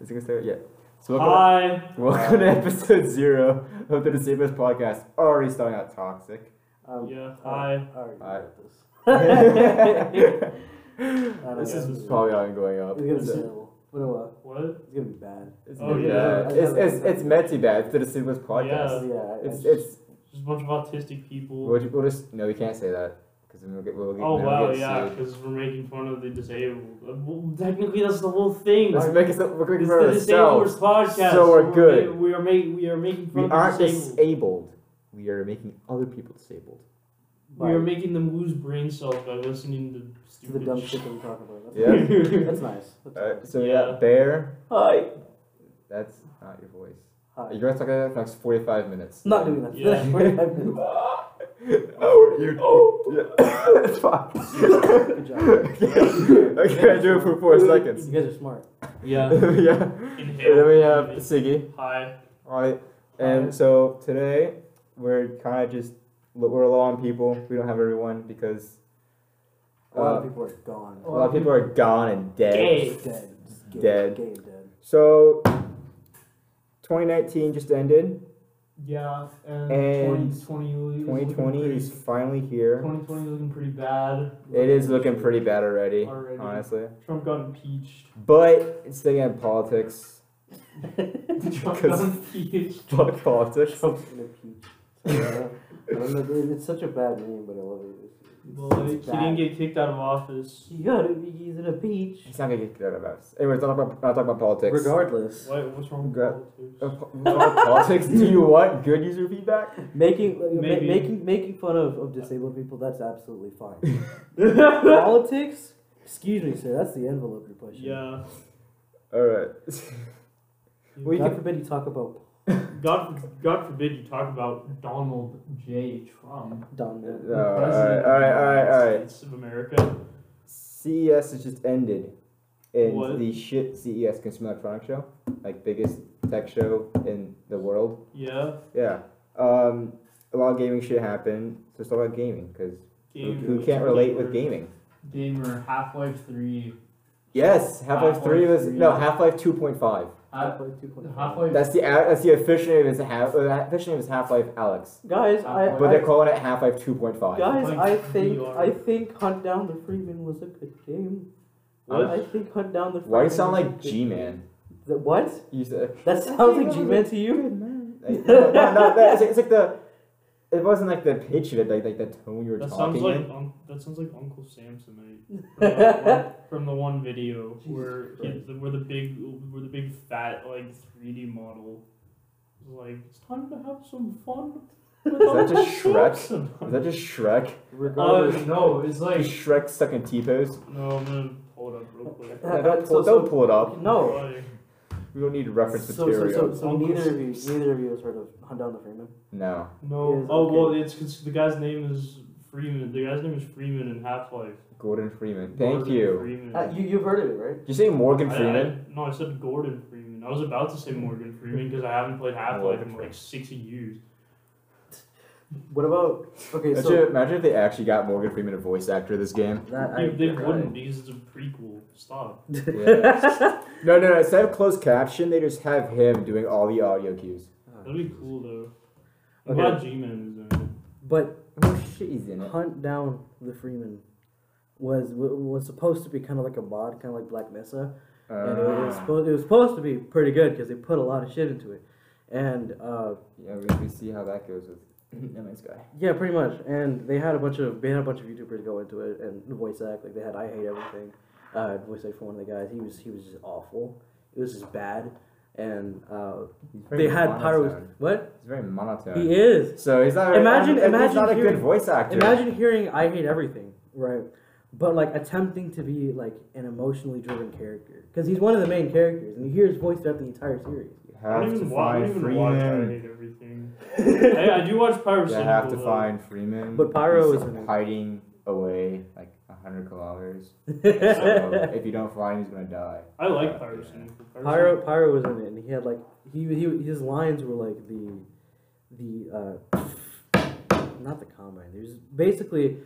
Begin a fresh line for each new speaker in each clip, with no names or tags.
Is it gonna start? Yeah. So welcome,
Hi.
to, welcome to episode zero of the Disabled Podcast. Already starting out toxic.
Um,
Yeah. Hi.
alright,
Hi.
This
this
know.
is probably only going up.
It's gonna be
It's,
terrible. What do I?
What?
It's gonna be bad.
it's
Oh,
gonna be
yeah.
bad. It's, it's, it's meant to be bad. It's the Disabled
Yeah.
Podcast.
yeah,
It's it's
Just a bunch of autistic people.
we'll, ju- we'll just no, we can't say that because we'll get we'll get,
oh
then
wow,
we'll get
yeah,
sued.
because we're making fun of the disabled. Uh, Well, technically, that's the whole thing.
Let's make us we're making
it's
fun
the
of
disabled
ourselves.
podcast.
so we're good.
ma- we are making we are making
We
fun
aren't
of the disabled.
disabled. We are making other people disabled.
We are making them lose brain cells by listening to
to
stupid
the dumb
shit.
shit that we talk about.
Yeah.
That's, that's nice. That's
Alright,
nice.
so yeah.
Yeah.
bear.
Hi.
That's not your voice.
Hi.
You're gonna talk about that for next forty-five minutes.
I'm not doing that.
Yeah.
oh, you. Oh, yeah. Fuck.
Good job.
okay, I do it for four seconds.
You guys are smart.
yeah.
yeah. And
Inhale.
then we have Siggy.
Hi.
Alright. And so today we're kind of just we're low on people. We don't have everyone because
A lot of
Uh,
people are gone.
a lot of people are gone and dead.
Gay.
dead. Just gay,
Dead.
Gay and dead.
So 2019 just ended.
Yeah.
And
2020.
2020 is finally here.
2020 looking pretty bad.
It is looking pretty bad already,
Already.
honestly.
Trump got impeached.
But it's thinking of politics.
Trump got
Because-
impeached.
Fuck politics.
In a peach. So, I don't know, it's such a bad name, but I love it. It's, it's,
Well, like, he
it's bad.
didn't get kicked out of office.
You gotta be using a peach.
He's not gonna get kicked out of us. Anyway, we're not talking about, not talking about politics.
Regardless,
What, what's wrong with
Gra- Uh,
politics?
po- we're talking about politics. Do you want good user feedback?
making ma-
Maybe.
making making fun of, of disabled people that's absolutely fine. Politics, excuse me, sir, that's the envelope you're pushing.
yeah.
All right. We
God
can-
forbid you talk about
God, God forbid you talk about Donald J. Trump.
Don.
the
No, alright,
president of the
alright, alright,
United
alright.
States of America.
CES E has just ended, and
What?
the shit CES Consumer Electronics Show, like biggest tech show in the world.
Yeah.
Yeah. Um, a lot of gaming shit happened. So let's talk about gaming because who,
Gamer.
who can't relate with gaming?
Gamer Half Life 3.
Yes, Half Life
Half-Life
Three was
3.
no Half Life Two Point Five.
Half
Halfway.
Life.
That's the that's the official name is half. uh, The official name is Half Life Alex,
Guys, I,
but they're
I
calling it Half Life Two Point Five.
guys, I
Like,
think
VR.
I think Hunt Down the Freeman was a good game.
What?
I think Hunt Down the Freeman.
Why do you sound
was a
like
good
G
game.
Man?
The- What?
You said.
That sounds like G Man to you?
Like, no, no, no, that- it's, like, it's like the. It wasn't like the pitch of it, like, like the tone you were
That sounds
talking
like
in.
un- that sounds like Uncle Samsonite from, that one- from the one video where he,
Christ.
the, where the big where the big fat like three D model was like it's time to have some fun. With
that
Uncle
just Shrek?
Samson."
Is that just Shrek?
Uh,
Regardless.
no, it's like
Just Shrek sucking T pose?
no. I'm gonna pull it up real quick.
Uh,
don't,
uh,
pull,
so-
don't pull it up.
No.
Like,
We don't need reference
So, so,
material.
so, so neither of you, neither of you has heard of Hunt Down the Freeman.
No.
no.
Yes,
oh
okay.
well, it's because the guy's name is Freeman. The guy's name is Freeman in Half Life.
Gordon Freeman. Thank you.
Freeman.
Uh, you you've heard of it, right?
Did you say Morgan
I- I-
Freeman?
no, I said Gordon Freeman. I was about to say Morgan Freeman because I haven't played Half Life in like six years.
What about okay?
Imagine,
So
imagine if they actually got Morgan Freeman a voice actor this game.
that
They, they
right.
wouldn't because it's a prequel. Stop.
Yeah. no, no, no. Instead of closed caption, they just have him doing all the audio cues.
That'd be cool though. I'm
Okay.
glad G-Man is in it.
but
Oh shit, he's in it.
Hunt Down the Freeman was wa- was supposed to be kind of like a mod, kind of like Black Mesa, and it was,
Uh,
supposed, it was supposed to be pretty good because they put a lot of shit into it, and uh,
yeah, we, we see how that goes with the next guy.
yeah, pretty much. And they had a bunch of they had a bunch of YouTubers go into it and voice act like they had I hate everything, uh, voice act for one of the guys. He was he was just awful. It was just bad, and uh,
He's very
they had pyros.
monotone.
What
He's very monotone.
he is.
So he's not.
Imagine-
he's
imagine
not a good
hearing-
voice actor.
Imagine hearing I hate everything, right? But like attempting to be like an emotionally driven character. Because he's one of the main characters and you hear his voice throughout the entire series.
You
I
have
don't
to
even, wa- I don't
find
even watch I
Freeman.
Hate Everything. hey, I do watch Pirate
You
Syndicate,
have to
though.
find Freeman.
But Pyro
He's
is in it.
hiding away like hundred kilometers. so
Pyro
if you don't find, him, he's gonna die.
I like
Uh,
Pirate
yeah.
Syndicate. Pirate
Pyro was in it and he had like he, he his lines were like the the uh not the combine. There's basically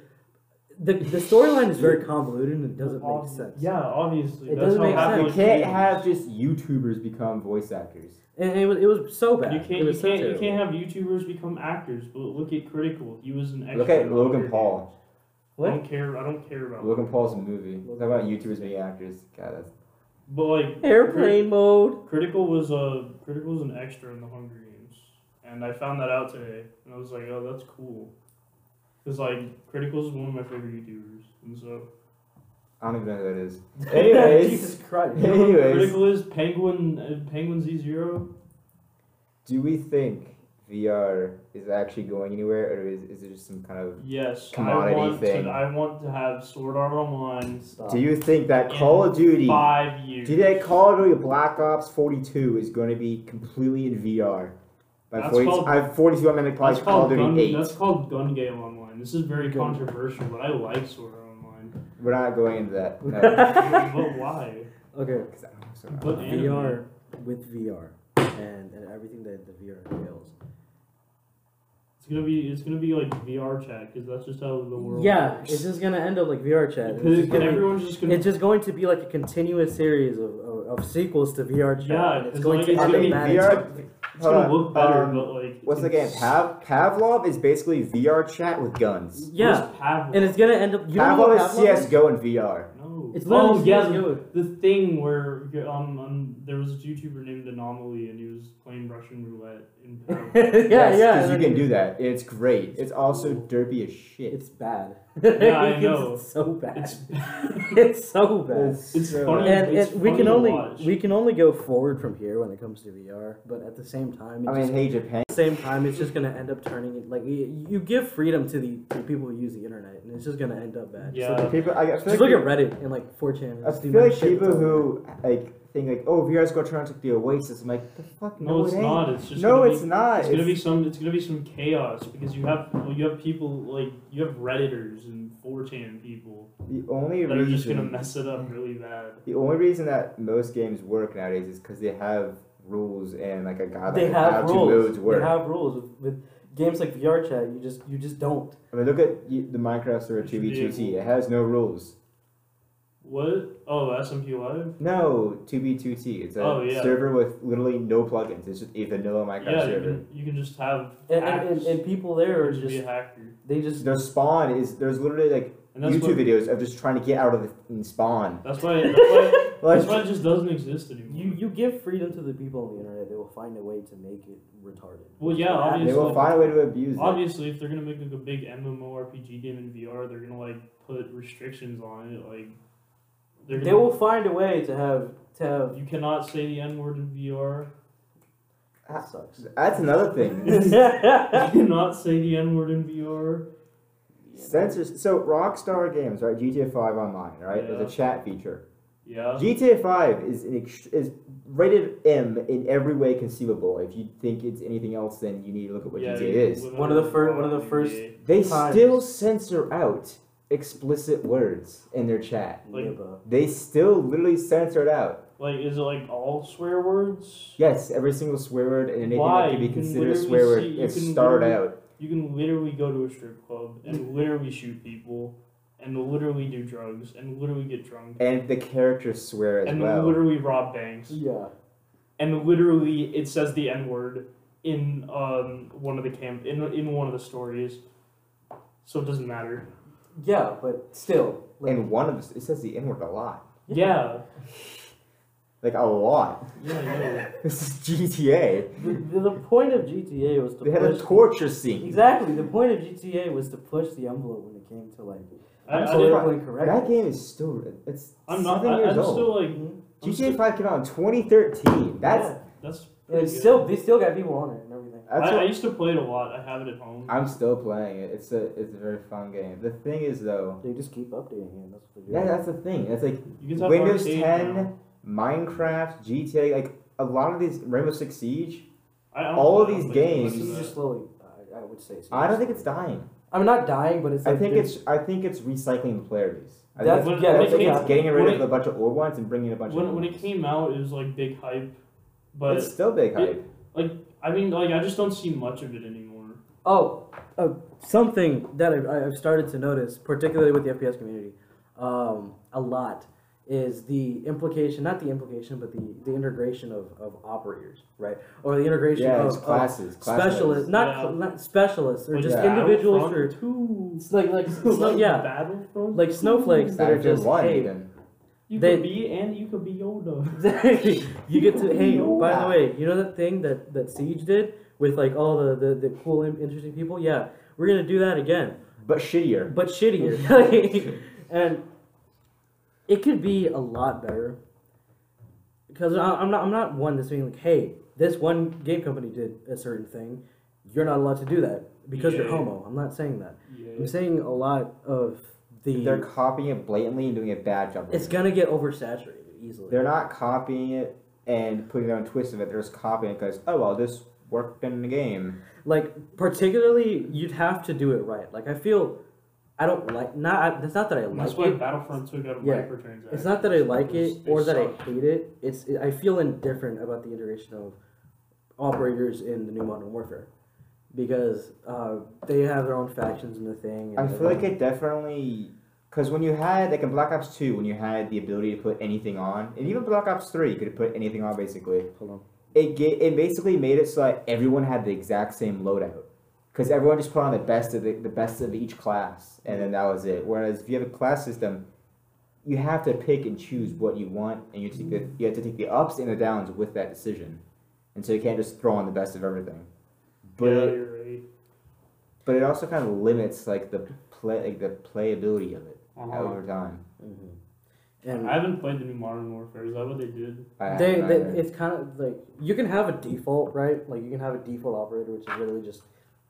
the the storyline is very convoluted and it doesn't make
Obvi-
sense.
Um, Yeah, obviously.
It
That's
doesn't
how
make sense.
half
You
You
those
can't
games-
have just YouTubers become voice actors.
and it was it was so bad.
You
It
can't. You
was so
can't. You
terrible.
can't have YouTubers become actors. But look at Critical. He was an extra.
Look at
in
Logan
Hunger
Paul.
Games. I
What?
don't care. I don't care about.
Logan
Logan.
Paul's movie. Talk about YouTubers being actors. God, that's
But like
Airplane mode.
Critical was a Critical was an extra in the Hunger Games, and I found that out today, and I was like, oh, that's cool. Cause like Critical's one of my favorite YouTubers, and so
I don't even know who that is. Anyways.
Jesus Christ.
You know who
Anyways.
Critical is Penguin uh, Penguin Z Zero.
Do we think VR is actually going anywhere, or is, is it just some kind of?
Yes,
Commodity
I want
thing.
to. I want to have Sword Art Online
Stop.
Do you think that Call of Duty, do
Um, five years.
you think Call of Duty Black Ops Forty Two is going to be completely in VR? By
That's
forty,
called-
I forty two. I'm going to probably
That's
Call of
called,
Duty
gun,
Eight.
that's called Gun Game Online. This is very
Gun-
controversial, but I like Sword Art Online.
We're not going into that. No.
but why?
Okay.
'Cause I don't know, so-
But anime.
VR with VR and, and everything that the VR entails.
It's gonna be it's gonna be like VR chat because that's just how the world.
Yeah,
works.
it's just gonna end up like VR chat. It's
Because
just gonna be-
everyone's just gonna.
It's just going to be like a continuous series of, of, of sequels to VR chat.
Yeah,
and it's
'cause,
going
like,
to
it's
I
gonna
mean,
be-
automatically-
VR.
it's gonna
hold on,
look better,
um,
but like.
What's the
it's,
game? Pav Pavlov is basically VR chat with guns.
Yeah,
Pavlov.
and it's gonna end up. You don't know
Pavlov
what
is
Pavlov is?
CS:GO in VR.
no.
It's
oh
literally
yeah, the,
CS:GO.
the thing where um, um there was a YouTuber named Anomaly and he was playing Russian roulette in Pav.
yeah,
Yes,
yeah.
'cause
and
you
then
can do that. It's great. It's also
Cool.
derpy as shit.
It's bad.
I
It's
know.
so bad. It's, so bad.
It's
so-
funny.
And,
it's
and we
funny
can
to
only
watch.
we can only go forward from here when it comes to VR. But at the same time, it
I
just
mean, hey Japan.
At the same time, it's just gonna end up turning it like you, you give freedom to the to people who use the internet, and it's just gonna end up bad.
Yeah.
Just look
People, I, I
at,
feel like
just look at Reddit and like 4chan.
I
It's the
feel
amount of
like
shit
people
that's on
who like think like, oh, VR's going to turn out to be a Oasis. I'm like, the fuck?
No, it's
it ain't.
not. It's just
No,
gonna
it's
be,
not.
It's gonna be some. It's gonna be some chaos because you have well, you have people like you have redditors and 4chan people
the only
that are
reason.
just gonna mess it up really bad.
The only reason that most games work nowadays is because they have rules and like a
there.
guideline
They
of
have
how two
rules.
modes work.
They have rules with, with games like VR chat. You just you just don't.
I mean, look at y- the Minecraft server
It should be
2v2t.
able-
It has no rules.
What? Oh, SMP Live.
No, 2v2t. It's a
Oh, yeah.
server with literally no plugins. It's just a vanilla Minecraft
Yeah, you
server.
can, you can just have
And, and,
hacks.
and, and people there are
You can be a
just
hacker,
they just
Their spawn is there's literally like
and that's
YouTube
why
videos of just trying to get out of the fucking spawn.
that's why that's why,
Like,
that's why it just doesn't exist anymore.
you you give freedom to the people on the internet. They will find a way to make it retarded.
Well, yeah,
they
obviously.
will find a way to abuse it.
Obviously, if they're gonna make like a big MMORPG game in VR, they're gonna like put restrictions on it. Like they're
They
gonna,
will find a way to have to have.
You cannot say the N word in VR.
Ah.
That sucks.
That's another thing.
You cannot say the N word in VR.
Censors. So Rockstar Games, right? GTA Five Online, right? There's a
Yeah.
chat feature.
Yeah.
GTA Five is an ex- is rated M in every way conceivable. If you think it's anything else, then you need to look at what
yeah,
GTA
you
is.
live
One of the fir-
in a
one of the
fucking
first-
gay.
They
Times.
still censor out explicit words in their chat.
Like-
Yeah, bro.
They still literally censor it out.
Like, is it like all swear words?
Yes, every single swear word and anything
Why?
that could be
You can
considered a
literally
swear word
see- you
is
can
starred
literally-
out.
You can literally go to a strip club and literally shoot people, and literally do drugs, and literally get drunk,
And the characters swear as
and
well.
literally rob banks,
Yeah.
and literally it says the N word in um one of the camp in in one of the stories. So it doesn't matter.
Yeah, but still. Like,
And one of us, it says the N word a lot.
Yeah.
Like a lot.
Yeah. yeah.
This is GTA.
the, the point of GTA was to
They had a
push.
torture scene.
exactly. The point of GTA was to push the envelope when it came to like
I, I,
so
didn't-
politically correct.
That game is still it's
I'm not.
seven
I,
years
I'm
old.
still like. I'm
GTA
still-
5 came out in 2013. That's
Mhm. Yeah.
That's.
And
pretty
it's
good.
still they still got people on it and everything.
that's
I, I
what,
used to play it a lot. I have it at home.
I'm still playing it. It's a it's a very fun game. The thing is though,
They just keep updating it. That's what they do.
yeah, that's the thing. It's like
You guys have
Windows
arcade
10,
now.
Minecraft, GTA, like a lot of these Rainbow Six Siege.
I, I don't
all of
know,
these
like,
games-
listen to
It's
that.
just slowly. I, I would say. So.
I don't think it's dying.
I'm not dying, but it's.
I
Like
think
there's-
it's I think it's recycling the player base. I
That's-
think, it's- I
yeah, that's
think
what
it's
happened.
getting rid
When
of a bunch of old ones and bringing in a bunch of
When,
new
when it
ones.
came out, it was like big hype, but
it's still big
it-
hype.
I mean, like I just don't see much of it anymore.
Oh, uh, something that I, I've started to notice, particularly with the FPS community, um, a lot is the implication, not the implication, but the, the integration of, of operators, right? Or the integration
yeah,
of,
it's
of
classes. class
specialists,
loads.
not,
Yeah.
cl- not specialists, or
Like
just
Yeah.
individuals
Battlefront
or
two.
it's like like snow, yeah,
Battlefront.
like snowflakes that are
Battlefield
just
one
hey,
even.
You
They-
could be and you could be Yoda.
Exactly. You get to hey. By the
Yeah.
way, you know that thing that that Siege did with like all the the, the cool and interesting people. Yeah, we're gonna do that again,
But shittier.
but shittier. and it could be a lot better because I, I'm not I'm not one that's being like hey this one game company did a certain thing. You're not allowed to do that because you're
Yeah.
homo. I'm not saying that. I'm
Yeah.
saying a lot of the
They're copying it blatantly and doing a bad job. of
it's
it.
gonna get oversaturated easily.
They're not copying it and putting their own twist of it. They're just copying it because oh well, this worked in the game.
like particularly you'd have to do it right like i feel i don't like not that's not that i
That's
like
why
it
Battlefront took out
Yeah.
microtransactions.
it's not that i like it
They
or that i
suck.
hate it it's i feel indifferent about the integration of operators in the new modern warfare because uh, they have their own factions in the thing and
I feel like it definitely because when you had like in Black Ops Two, when you had the ability to put anything on, and even Black Ops Three, you could put anything on basically.
hold on
It ga- it basically made it so that everyone had the exact same loadout. Because everyone just put on the best of the, the best of each class, and then that was it. Whereas if you have a class system, you have to pick and choose what you want, and you take the, you have to take the ups and the downs with that decision, and so you can't just throw on the best of everything. But
yeah,
it-
you're right.
but it also kind of limits like the play like the playability of it
Uh-huh.
over time.
hmm and
I haven't played the new Modern Warfare. Is that what they did?
I
they,
haven't
they
either.
it's kind of like you can have a default right like you can have a default operator which is literally just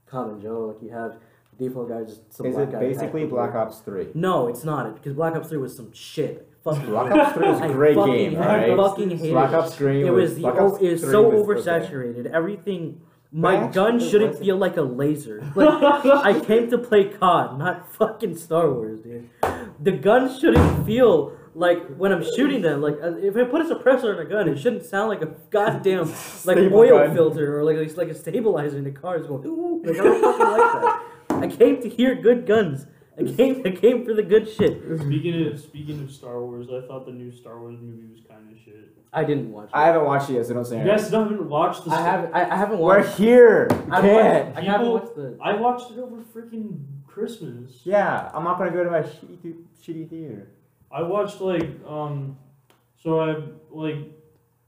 common joe like you have default guy just some
is
black
it
guy
basically
tactical.
Black Ops Three?
No, it's not. Because Black Ops 3 was some shit. Fucking
Black Ops 3 was a great
fucking,
game,
I
alright?
fucking hated
Black
it.
Ops Three.
It was, the,
Black
o-
Ops
it was
3
so
was okay.
oversaturated. Everything. My
actually,
gun
it
shouldn't
wasn't.
feel like a laser. Like I came to play COD, not fucking Star Wars, dude. The gun shouldn't feel like when I'm shooting them. Like uh, if I put a suppressor on a gun, it shouldn't sound like a goddamn like
Stable
oil
gun.
filter or like it's like a stabilizer in the car is going. Ooh, like I don't fucking like that. I came to hear good guns. I came, I came for the good shit.
Speaking of speaking of Star Wars, I thought the new Star Wars movie was kind of shit.
I didn't watch. It.
I haven't watched it yet, so don't say
You
anything.
guys haven't watched the.
I haven't. I, I haven't
We're
watched.
here. You
I
can't.
haven't watched, I haven't
People-
watched the.
I watched it over freaking Christmas.
Yeah, I'm not gonna go to my shitty, th- shitty theater.
I watched like um, so I like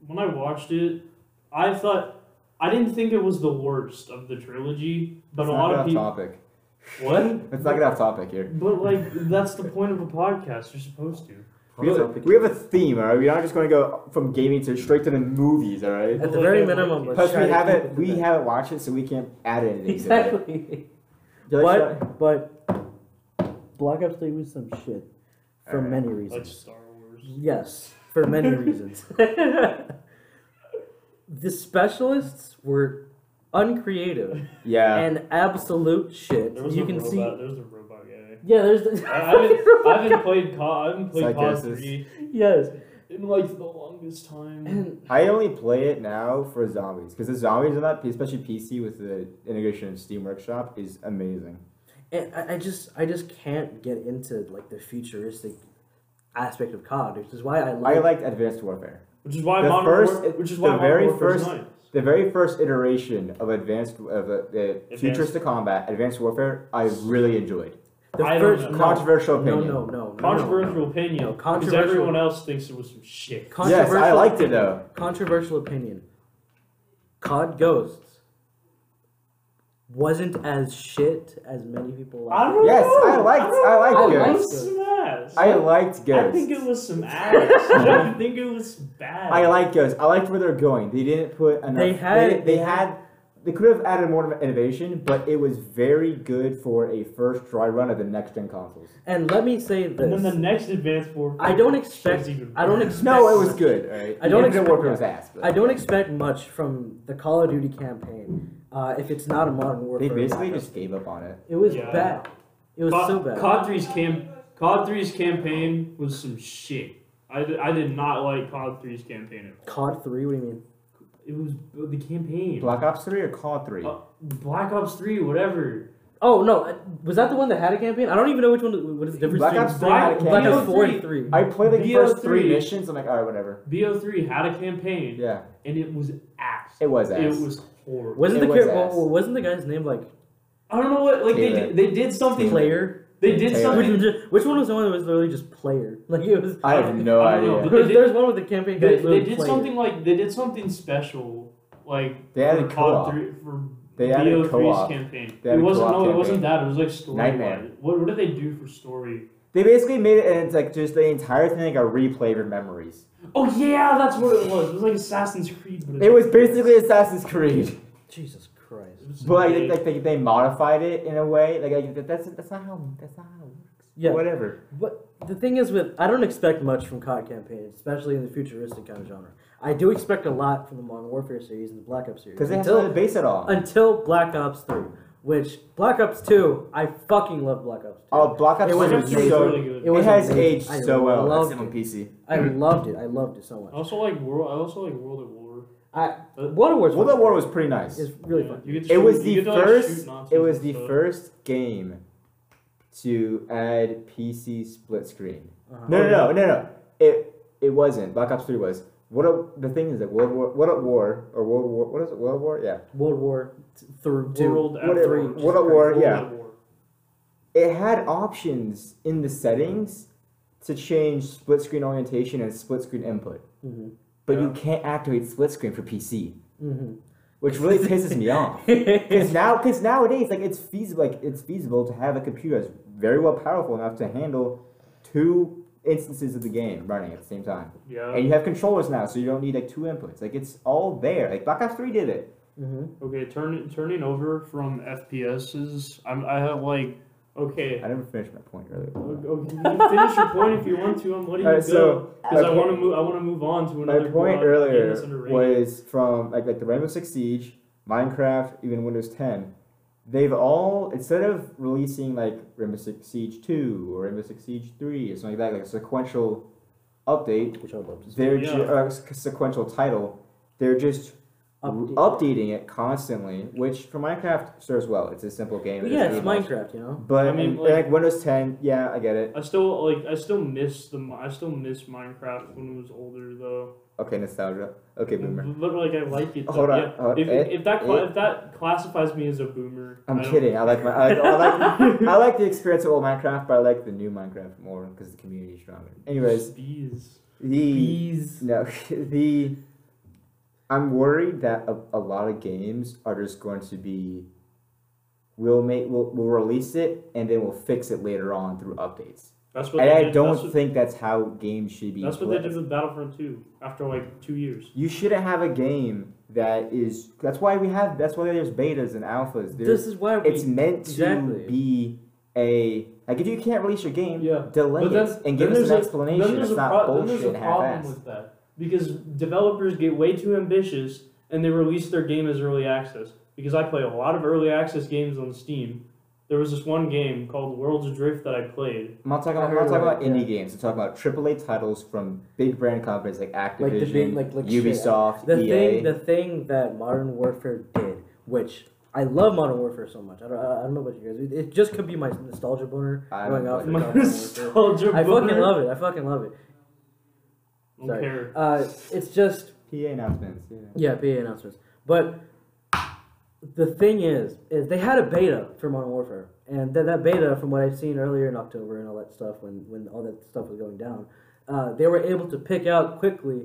when I watched it, I thought I didn't think it was the worst of the trilogy, but
it's
a
not
lot
good
of
off
people
topic.
what?
It's not good off topic here.
But like that's the point of a podcast. You're supposed to.
We have, a, we have a theme, alright? We're not just gonna go from gaming to straight to the movies, alright?
At the
Well,
very
like,
minimum, let's
Because
try
we
to keep it
haven't
to
we
that.
haven't watched it, so we can't add anything.
exactly.
To it.
But but Black Ops Three was some shit for
Alright,
many
Like
reasons.
Star Wars.
Yes, for many reasons. the specialists were uncreative
yeah,
and absolute shit.
There was
You
a
can
robot.
see.
There was a robot guy.
Yeah, there's the.
I I haven't, I haven't played COD. I haven't played COD
Psychosis.
three
yes,
in like the longest time.
and
I only play it now for zombies because the zombies on that, especially PC with the integration of Steam Workshop, is amazing.
and I, I just I just can't get into like the futuristic aspect of COD, which is why I like.
I liked Advanced Warfare.
Which is why
The
Modern
first-
War, which is
the
why Modern
very
Warfare is
first-
nice.
The very first iteration of Advanced of uh, the
Advanced-
futuristic combat, Advanced Warfare, I really enjoyed.
the
I don't
first
know.
Controversial
No,
opinion.
no, no, no, no.
Controversial opinion. Because
Controversial-
everyone else thinks it was some shit.
Yes, I
Controversial
liked it
opinion.
though.
Controversial opinion. COD Ghosts wasn't as shit as many people like.
I don't
Yes,
know.
I liked-
don't
I liked
know.
Ghost.
I liked some ass.
I liked Ghost.
I think it was some ass. I don't think it was bad.
I like Ghost. I liked where they're going. They didn't put enough.
They had-
They, they had. They could have added more innovation, but it was very good for a first dry run of the next gen consoles.
And let me say
And then the
this.
next Advanced Warfare.
I don't expect-
was even
I don't
better.
expect-
No, it was good. All right.
I don't
Infinite
expect-
Warfare was ass. but-
I don't expect much from the Call of Duty campaign uh, if it's not a modern warfare.
They basically
lineup.
just gave up on it.
It was
Yeah.
bad. It was
COD,
so bad.
COD 3's cam. COD 3's campaign was some shit. I, d- I did not like COD 3's campaign at all.
COD 3, what do you mean?
It was the campaign.
Black Ops Three or Call Three?
Uh, Black Ops Three, whatever.
Oh no, uh, was that the one that had a campaign? I don't even know which one. What is the difference?
Black
between
Ops Three had a
Black-
Black
campaign.
Ops Four and
BO3.
Three.
I played like the first three
BO3.
missions. I'm like, all right, whatever.
BO Three had a campaign,
Yeah,
and it was ass.
it was ass.
It was horrible.
Wasn't
It
the
was
char-
ass.
well, wasn't the guy's name like
I don't know what like they
Taylor.
did, they did something.
Player?
They did
Taylor.
Which,
something.
was just, which one was the one that was literally just Player? Like it was.
I have no
I don't know,
idea.
but-
There's,
they
there's one with the campaign.
They,
guy
they did something like they did something special, like
They added
for COD
co-op.
three for
They added
BO3's
co-op.
campaign.
They
it
added
wasn't
co-op
no, it wasn't
campaign.
that. It was like story.
Nightmare.
wise. What what did they do for story?
They basically made it, and it's like just the entire thing like a replay of your memories.
Oh yeah, that's what it was. It was like Assassin's Creed, but
It was basically Assassin's Creed,
Jesus Christ.
It was
but like, like
like-
they, they modified it in a way. Like, like that's that's not how that's not how it works.
Yeah.
Whatever.
But the thing is, with I don't expect much from COD campaigns, especially in the futuristic kind of genre. I do expect a lot from the Modern Warfare series and the Black Ops series.
Because they have
until
to base it all.
until Black Ops Three, which Black Ops Two, I fucking love Black Ops. 2.
Oh, Black Ops
It was
Three
Assassin's
is
Creed was
amazing.
so.
really good.
It
It,
was
has
amazing.
aged
I
so well.
loved
That's
it.
on PC.
I loved it. I loved it so
I
much.
also like World. I also like World at War.
I-
But-
World of War's
World at War was pretty nice.
is really
Yeah,
fun.
you get to
It
shoot-
was
you
the
get to, like, shoot
first.
Nazis
It
and
was the
stuff.
first game to add PC split screen.
Uh-huh.
No, no, no, no, no. It it wasn't. Black Ops Three was. What a, the thing is that World War, what at war or World War, what is it? World War, yeah.
World War t- through two.
World at
What at,
War.
what at war,
World
yeah.
at War.
It had options in the settings to change split screen orientation and split screen input,
Mhm.
but you
Yeah.
can't activate split screen for PC,
Mhm.
which really pisses me off.
Mm-hmm.
Because now, because nowadays, like it's feasible, like it's feasible to have a computer that's very well powerful enough to handle two instances of the game running at the same time.
Yeah.
And you have controllers now, so you don't need like two inputs. Like it's all there. Like Black Ops Three did it.
Mhm.
Okay, turn, turning over from FPSs, I'm, I have like, okay,
I never finished my point earlier.
o- okay, you can finish your point if you want to. I'm letting
Alright,
you go
so
because I
my
want to
point-
move. I want to move on to
My
another
point
co-op game
earlier
that's underrated.
was from like like the Rainbow Six Siege, Minecraft, even Windows 10. They've all instead of releasing like Rainbow Six Siege 2 or Rainbow Six Siege 3 or something like that, like a sequential update,
Which I would love to see.
they're
Yeah.
ju- or s- sequential title. They're just
Update.
updating it constantly, which for Minecraft serves well. It's a simple game. it
yeah,
doesn't
it's
need much.
Minecraft, you know.
But
I mean,
and- and,
like-
like, Windows 10, yeah, I get it.
I still like. I still miss the. mi- I still miss Minecraft when it was older though.
Okay, nostalgia. Okay,
Mm-hmm.
boomer.
But like, I like it. Though.
Hold on,
Yeah.
hold on.
If,
Eh,
if that cla-
eh.
if that classifies me as a boomer,
I'm
I don't-
kidding. I like my I, I like I like the experience of old Minecraft, but I like the new Minecraft more because the community is stronger. Anyways,
bees.
the
Bees.
no the I'm worried that a, a lot of games are just going to be we'll make we'll, we'll release it and then we'll fix it later on through updates.
That's what.
And
they
I
did. That's
don't
what,
think that's how games should be.
that's what they
played.
did with Battlefront 2 after like two years.
You shouldn't have a game that is. That's why we have. That's why there's betas and alphas. There's,
This is why we.
it's meant to
exactly.
be a like if you can't release your game,
Yeah.
delay
But then-
it and
then
give us
there's
an
a-
explanation.
there's
It's
a
not
pro- then
bullshit
There's a problem
half
with that because developers get way too ambitious and they release their game as early access. Because I play a lot of early access games on Steam. There was this one game called Worlds Adrift that I played.
I'm not talking about,
I
I'm
heard
not talking about
about it,
indie games. I'm talking about AAA titles from big brand companies like
Like the big,
Activision,
like, like shit.
Ubisoft, E
The
EA.
thing, the thing that Modern Warfare did, which I love Modern Warfare so much. I don't, I don't know about you guys. It, it just could be my nostalgia boner
I
going
don't
off.
like
for
My
Modern Warfare.
nostalgia
I fucking
boner.
love it. I fucking love it.
Don't
Sorry.
care.
Uh, it's just
PA announcements. Yeah.
yeah, PA announcements. But the thing is, is they had a beta for Modern Warfare, and that that beta, from what I've seen earlier in October and all that stuff, when when all that stuff was going down, uh, they were able to pick out quickly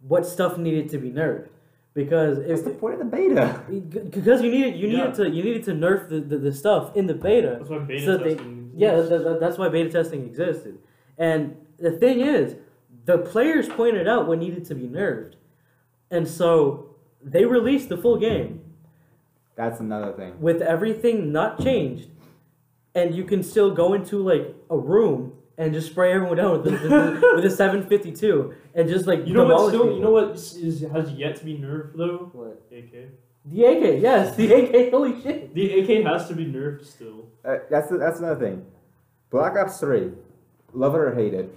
what stuff needed to be nerfed because
It's
if
the point of the beta.
because you needed you
Yeah.
needed to you needed to nerf the, the, the stuff in the beta.
That's why beta
so they-
testing.
Yeah,
exists.
that, that, that's why beta testing existed. And the thing is, the players pointed out what needed to be nerfed, and so they released the full game
That's another thing.
with everything not changed, and you can still go into like a room and just spray everyone down with the, the- with a seven fifty two and just like
You know what?
demolish
Still, you
people.
know what is, is- has yet to be nerfed though.
What?
AK.
The AK, yes, the AK. Holy shit.
The AK has to be nerfed still.
Uh, that's that's another thing. Black Ops Three, love it or hate it,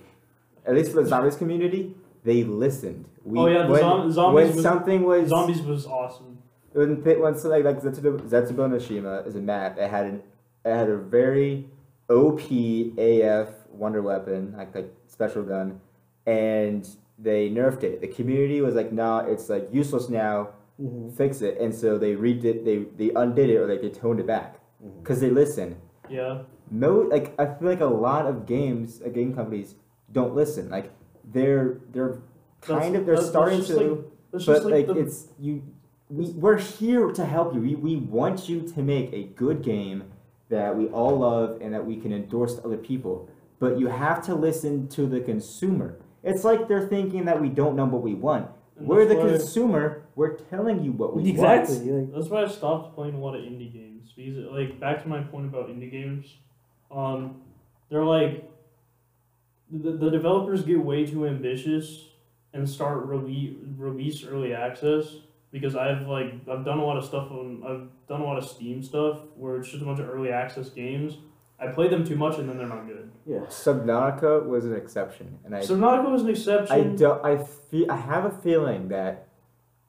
at least for the zombies community, they listened. We,
Oh, yeah, the
when,
zom- zombies
when
was-
something was
Zombies was awesome.
when they- when so like like Zetsubo, Zetsubo Noshima is a map. It had an it had a very OP AF wonder weapon like like special gun, and they nerfed it. The community was like, nah, it's like useless now.
hmm
Mm-hmm.
Fix it, and so they redid they they undid it or like they toned it back
Mm-hmm.
because they listen.
Yeah.
No, like I feel like a lot of games, uh, game companies don't listen. Like they're they're
That's-
kind of they're
that's- that's
starting
just
to
like- That's
but
just
like,
like, the,
it's you we, we're here to help you we, we want you to make a good game that we all love and that we can endorse to other people but you have to listen to the consumer it's like they're thinking that we don't know what we want
and
we're the
that's why-
consumer we're telling you what we
Exactly.
want
Like,
That's why I stopped playing a lot of indie games because, like, back to my point about indie games, um, they're like the, the developers get way too ambitious and start release release early access because I've like I've done a lot of stuff on I've done a lot of Steam stuff where it's just a bunch of early access games. I play them too much and then they're not good.
yeah.
subnautica was an exception and i
Subnautica was an
I
exception.
don't. I feel. I have a feeling that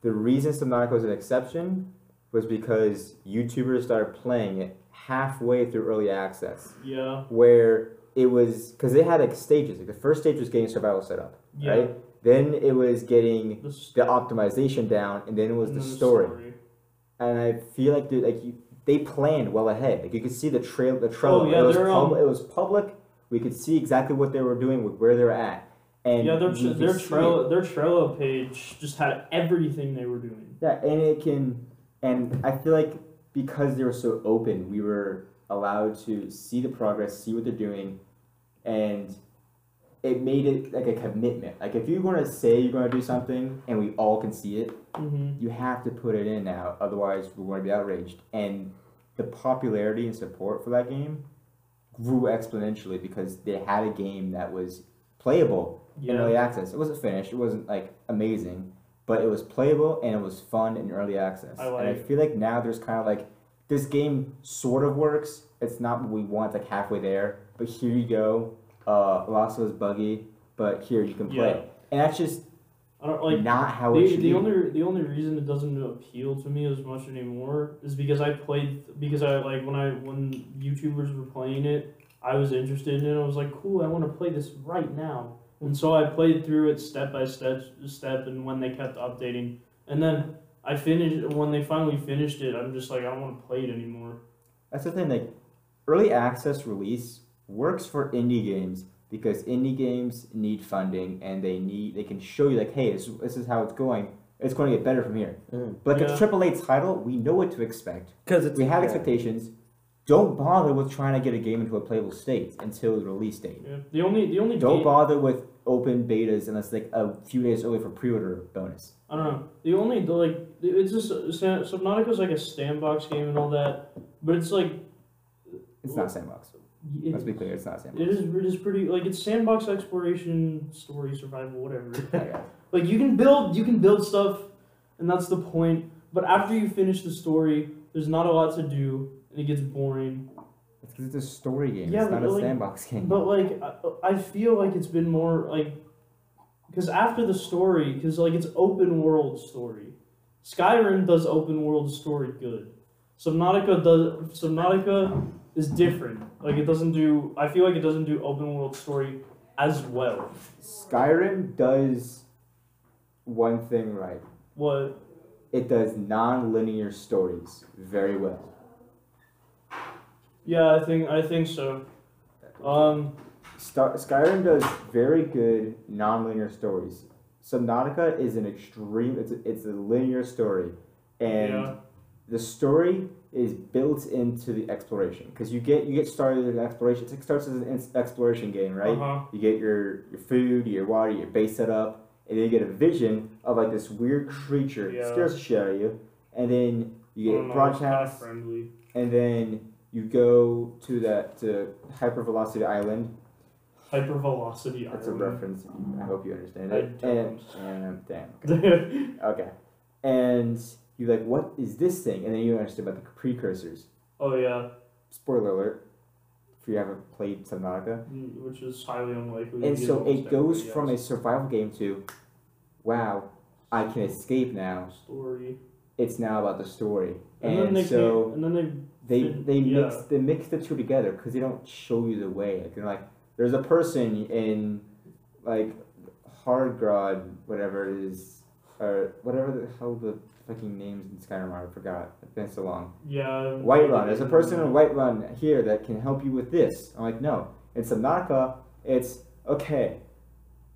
the reason Subnautica was an exception was because YouTubers started playing it halfway through early access,
yeah,
where it was because they had like stages. Like the first stage was getting survival set up,
yeah.
right? Then it was getting
This
the optimization down, and then it was
and
the
then
story. And I feel like dude, like you, they planned well ahead. Like you could see the trail, the trail.
yeah,
it was
they're,
pub-
um,
it was public. We could see exactly what they were doing with where they were at. And
Yeah, their
you could
their
see it.
Trello their Trello page just had everything they were doing.
Yeah, and it can, and I feel like because they were so open, we were allowed to see the progress, see what they're doing, and it made it like a commitment. Like if you're going to say you're going to do something, and we all can see it,
Mm-hmm.
you have to put it in now. Otherwise, we're going to be outraged. And the popularity and support for that game grew exponentially because they had a game that was playable in
Yeah.
early access. It wasn't finished. It wasn't like amazing, but it was playable and it was fun in early access.
I
and I
like-
feel like now there's kind of like this game sort of works. It's not what we want. It's like halfway there, but here you go. Uh, Lost was buggy, but here you can play.
Yeah.
And that's just
I don't like
not how it
the,
should
the
be.
only the only reason it doesn't appeal to me as much anymore is because I played because I like when I when YouTubers were playing it, I was interested in it. I was like, cool, I want to play this right now. And so I played through it step by step step, and when they kept updating, and then I finished when they finally finished it. I'm just like, I don't want to play it anymore.
That's the thing. Like early access release works for indie games because indie games need funding and they need they can show you like, hey, this, this is how it's going. It's going to get better from here. But like
Mm, Yeah.
a triple A title, we know what to expect.
Because it's
We have
yeah.
expectations. Don't bother with trying to get a game into a playable state until the release date.
Yeah. The only the only
Don't
game-
bother with open betas unless like a few days early for pre-order bonus.
I don't know. The only the, like it's just uh, Sa- Subnautica's like a sandbox game and all that, but it's like
It's not sandbox.
it,
Let's be clear, it's not
it
sandbox.
is it is pretty like it's sandbox exploration, story, survival, whatever.
Okay.
like you can build you can build stuff, and that's the point. But after you finish the story, there's not a lot to do, and it gets boring.
It's because it's a story game.
Yeah,
it's
but
not a
really-
sandbox game.
But like I, I feel like it's been more like because after the story, because like it's open world story. Skyrim does open world story good. Subnautica does Subnautica is different. Like it doesn't do. I feel like it doesn't do open world story as well.
Skyrim does one thing right.
What?
It does non-linear stories very well.
Yeah, I think I think so. Um,
Star- Skyrim does very good non-linear stories. Subnautica is an extreme. It's a, it's a linear story, and
Yeah.
the story is built into the exploration because you get you get started in exploration. It starts as an ins- exploration game, right?
Uh-huh.
You get your your food, your water, your base set up, and then you get a vision of like this weird creature
Yeah.
that scares the shit out of you, and then you get
I don't know, it's kinda
broadcast
friendly.
and then you go to that to Hypervelocity Island.
Hypervelocity.
That's a
Island.
reference. I hope you understand
I
it.
don't.
And, and damn. Okay. okay. And you're like, what is this thing? And then you understand about the precursors.
oh yeah,
Spoiler alert. If you haven't played Subnautica.
which is highly unlikely.
And
because
so
almost
it goes
everybody
from
has.
a survival game to wow, I can escape now.
Story.
It's now about the story.
And, then
And,
they
so
came, and then they
they
fin-
they
yeah.
mix they mix the two together because they don't show you the way. Like they're like, there's a person in like Hardgrod, whatever it is, or whatever the hell the fucking names in Skyrim are. I forgot. It's been so long.
yeah.
Whiterun. There's a person in Whiterun here that can help you with this. I'm like, no. It's a Naka. It's okay.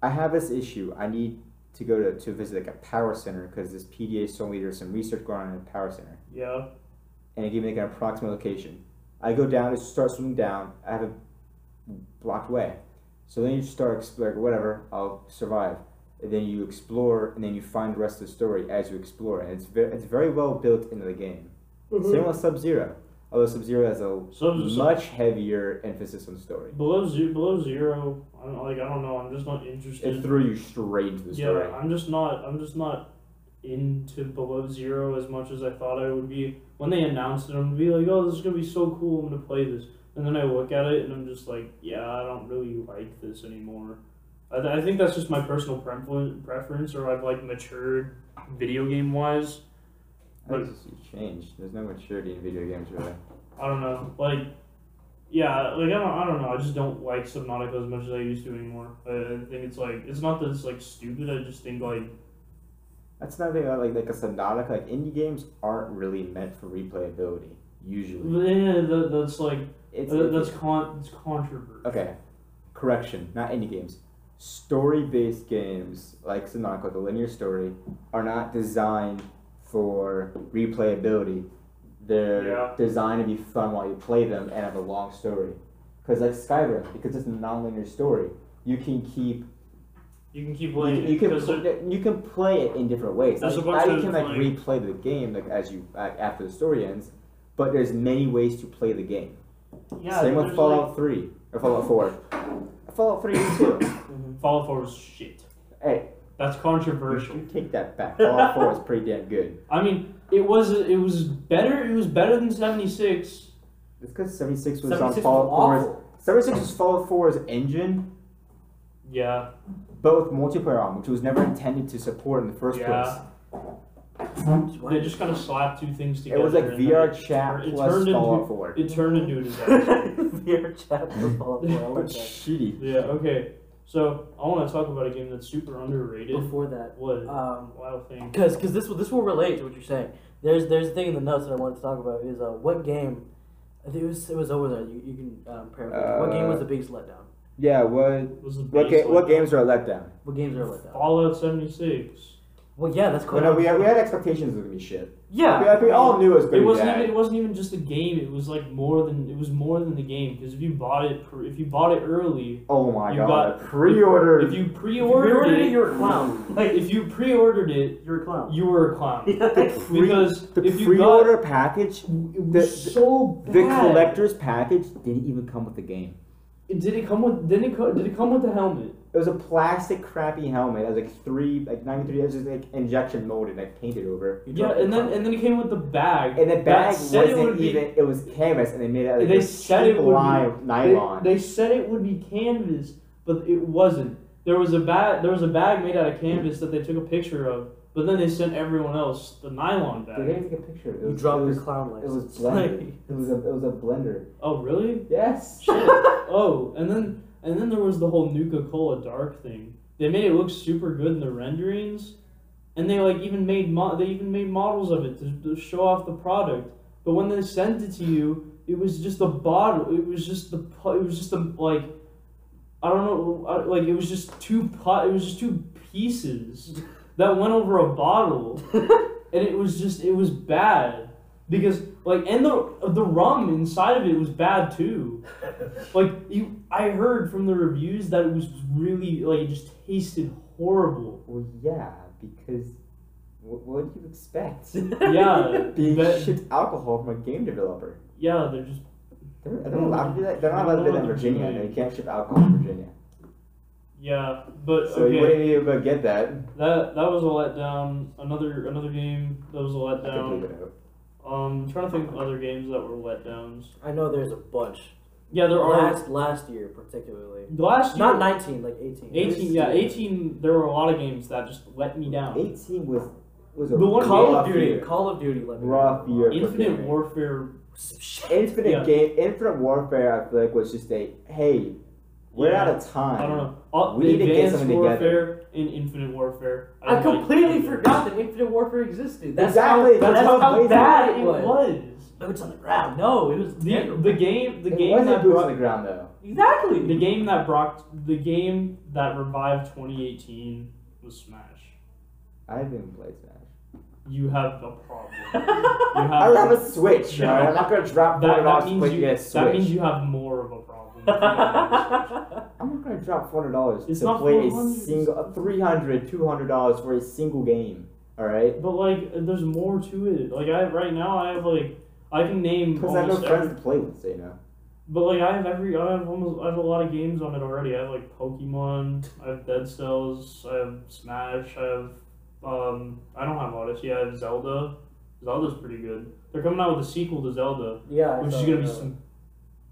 I have this issue. I need to go to, to visit like a power center because this PDA told me there's some research going on in the power center,
Yeah.
and it gave me like an approximate location. I go down. It starts swimming down. I have a blocked way. So then you start explore whatever. I'll survive. And then you explore, and then you find the rest of the story as you explore. And it's very it's very well built into the game. Same with Sub Zero. Although Sub Zero has a
So, so
much heavier emphasis on story.
below zero, below zero, I don't like. I don't know. I'm just not interested.
It threw you straight into the
yeah,
story.
I'm just not. I'm just not into below zero as much as I thought I would be. When they announced it, I'm gonna be like, "Oh, this is gonna be so cool. I'm gonna play this." And then I look at it and I'm just like, "Yeah, I don't really like this anymore." I, th- I think that's just my personal preference, preference, or I've like matured video game wise.
I think it's changed. There's no maturity in video games really.
I don't know, like, yeah, like I don't, I don't know. I just don't like Subnautica as much as I used to anymore. I, I think it's like it's not that it's like stupid. I just think like
That's another thing about like like a Subnautica. Like indie games aren't really meant for replayability usually.
yeah, that, that's like
It's,
that,
it's-
that's con it's controversy.
okay. Correction, not indie games. Story-based games like Subnautica, the linear story, are not designed for replayability. They're
Yeah.
designed to be fun while you play them and have a long story. Because like Skyrim, because it's a non-linear story, you can keep
You can keep
you,
playing
you
it
can
because
pl-
it-
you can play it in different ways.
There's
Like,
a bunch
now you
of,
can like,
like-
replay the game like as you like, after the story ends, but there's many ways to play the game.
yeah,
Same with
there's,
Fallout Three or Fallout Four. Fallout Three too.
Like, Fallout Four is shit.
Hey.
that's
You
controversial.
should take that back. Fallout Four is pretty damn good.
I mean, it was it was better. It was better than seventy six.
It's because seventy six was on
76 was
Fallout Four's
awful.
seventy six was Fallout 4's engine,
Yeah,
but with multiplayer on, which was never intended to support in the first
yeah. They just kind of slapped two things
place. It
together.
was like
and then
VR
it
chat
tur- it
plus
turned into-
Fallout Four.
It turned into a disaster.
VR chat for Fallout 4. I like
But
that.
shitty.
Yeah, okay. So I want to talk about a game that's super underrated.
Before that,
What?
um,
Wild Thing.
because because this will this will relate to what you're saying. There's there's a thing in the notes that I wanted to talk about is uh, what game. I think it was it was over there. You, you can um, paraphrase. what game was the biggest letdown?
Yeah. What
Was the
what,
base
ga- what
like-
games are a letdown?
What games are a letdown?
Fallout 76.
Well, yeah, that's
Well,
quite.
uh,
no, we had, we had expectations it was gonna be shit.
yeah.
we, like, we all knew it was gonna
It wasn't
be bad.
even. It wasn't even just the game. It was like more than. It was more than the game because if you bought it, pr- if you bought it early,
oh my
you
god!
got-
Pre-order.
if you
If you ordered
pre-ordered
it,
it,
you're a clown. Like
if you pre-ordered it,
you're a clown.
you were a clown.
Yeah.
Pre-
Because
the
if you got
pre-order package,
it
the-
was so bad.
the collector's package didn't even come with the game.
It- Did it come with? Did it? Co- did it come with the helmet?
It was a plastic crappy helmet. It was like three, like ninety three. It was just like injection molded, like painted over.
You
Yeah,
dropped
and
the
then
clown.
and then it came with the bag.
And the bag
said it
wasn't
would be-
even. It was canvas, and they made it out of
They
like this
said it
cheap
would be-
lime-
They-
nylon.
They, said it would be canvas, but it wasn't. There was a bag. There was a bag made out of canvas that they took a picture of, but then they sent everyone else the nylon
They
bag.
didn't take a picture. It
you
was,
dropped
it was,
your clown
it was
license.
blended. It was a it was a blender.
Oh really?
Yes.
Shit. oh, and then and then there was the whole Nuka Cola Dark thing. They made it look super good in the renderings, and they like even made mo- they even made models of it to, to show off the product. But when they sent it to you, it was just a bottle. It was just the pu- it was just the like I don't know I- like it was just two pot. It was just two pieces that went over a bottle, and it was just it was bad because like and the the rum inside of it was bad too. Like you, I heard from the reviews that it was really like it just tasted horrible.
Well, yeah, because what, what do you expect?
Yeah,
Being
that-
shipped alcohol from a game developer.
yeah, they're just
They're, are they allowed to do that? They're not allowed to do that in Virginia. They can't ship alcohol in Virginia.
yeah. But
So you
okay, Um,
wouldn't even go get that.
that that was a letdown. Another another game that was a
I can bleep
letdown.
it out.
Um, I'm trying to think of other games that were letdowns.
I know there's a bunch.
Yeah, there are
last last year particularly.
last year.
Not nineteen, like eighteen.
18, yeah, 18, there were a lot of games that just let me down.
Eighteen was was a
The one
Call
rough
of Duty.
year.
Call of Duty. Let me
Rough
know.
year.
Infinite
Okay.
Warfare,
Infinite
Yeah.
game, Infinite Warfare. I feel like was just a hey, we're
Yeah.
out of time.
I don't know. All,
We need to get
Advanced
something together.
Warfare and Infinite Warfare.
I
didn't like
completely
either.
forgot that Infinite Warfare existed. That's
Exactly,
How, that's,
that's how
how
amazing
bad
it was.
It was on the ground. No, it was
The,
terrible.
the game, the
it
game
wasn't
that
boots on
brought,
the ground though.
exactly.
the game that brought, the game that revived 2018 was Smash.
I didn't play Smash.
You have a problem. You have
I have a Switch.
Yeah.
alright? I'm not gonna drop four
that,
dollars
that
to play
means you,
get a Switch.
that means you have more of a problem.
I'm not gonna drop four hundred dollars
It's
to
not
play a
400.
single uh, a 300 dollars for a single game. All right,
But like, there's more to it. Like I right now, I have like, I can name
because I have no
almost
friends
every.
to play with, so you know.
But like, I have every, I have almost, I have a lot of games on it already. I have like Pokemon, I have Dead Cells, I have Smash, I have, um, I don't have Odyssey. I have Zelda. Zelda's pretty good. They're coming out with a sequel to Zelda,
yeah, uh, I
which is
saw
gonna be
that.
some.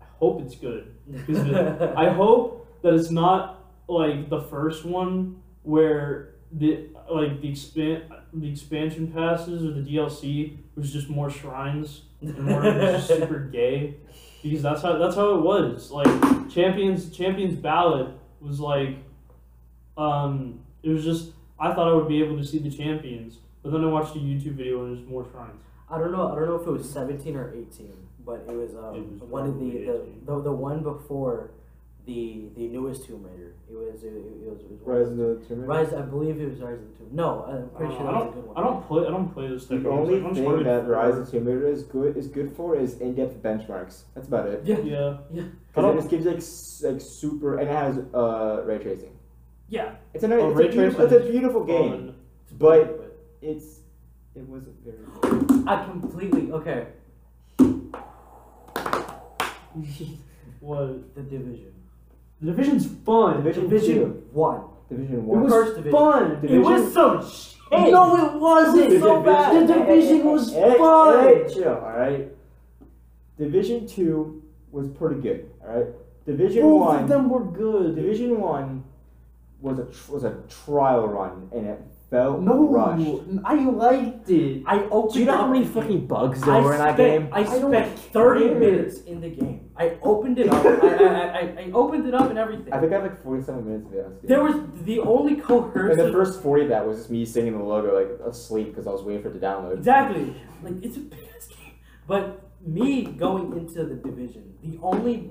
I hope it's good. Is it- I hope that it's not like the first one where the like the expand the expansion passes or the DLC was just more shrines and more it was just super gay because that's how that's how it was like champions champions ballad was like um it was just I thought I would be able to see the champions but then I watched a YouTube video and there's more shrines
I don't know. I don't know if it was seventeen or eighteen, but it was, um,
It was
one of the
probably
the,
18.
the the one before the the newest Tomb Raider. It was it, it was, it was
Rise of the Tomb Raider.
Rise. I believe it was Rise of the Tomb. No, I'm pretty
I
sure
don't-
that was a good one.
I don't play I don't play this type
The
of games.
only
Like, I'm just
thing
worried
that
for-
Rise of Tomb Raider is good is good for is in-depth benchmarks. That's about it.
Yeah.
yeah
Because
don't-
it just gives like s- like super and it has uh ray tracing.
yeah
It's a nice,
Oh,
it's,
ray
a beautiful, it's
tracing
a beautiful game.
Um,
But- It's it wasn't very.
I completely okay.
what
The Division.
the division's fun.
Division two,
Division one.
Division
it
one.
was
First division.
fun.
Division-
It was some shit.
No, it wasn't.
It was so bad. The Division was fun.
chill, all right. Division two was pretty good, all right. Division
both
one,
of them were good.
Division one was a tr- was a trial run and it felt
no,
rushed.
I liked it.
I opened.
Do you know how
up
many
the
fucking
game.
bugs there
I
were in that
spent,
game?
I
I
spent
don't
thirty
care.
minutes in the game. I opened it up. I, I, I, I opened it up and everything.
I think I had like forty-seven minutes of it. I was
There
good.
was the only
and the
coercive.
first forty of that was just me singing the logo like asleep because I was waiting for it to download.
Exactly. Like it's a big ass game. But me going into the division, the only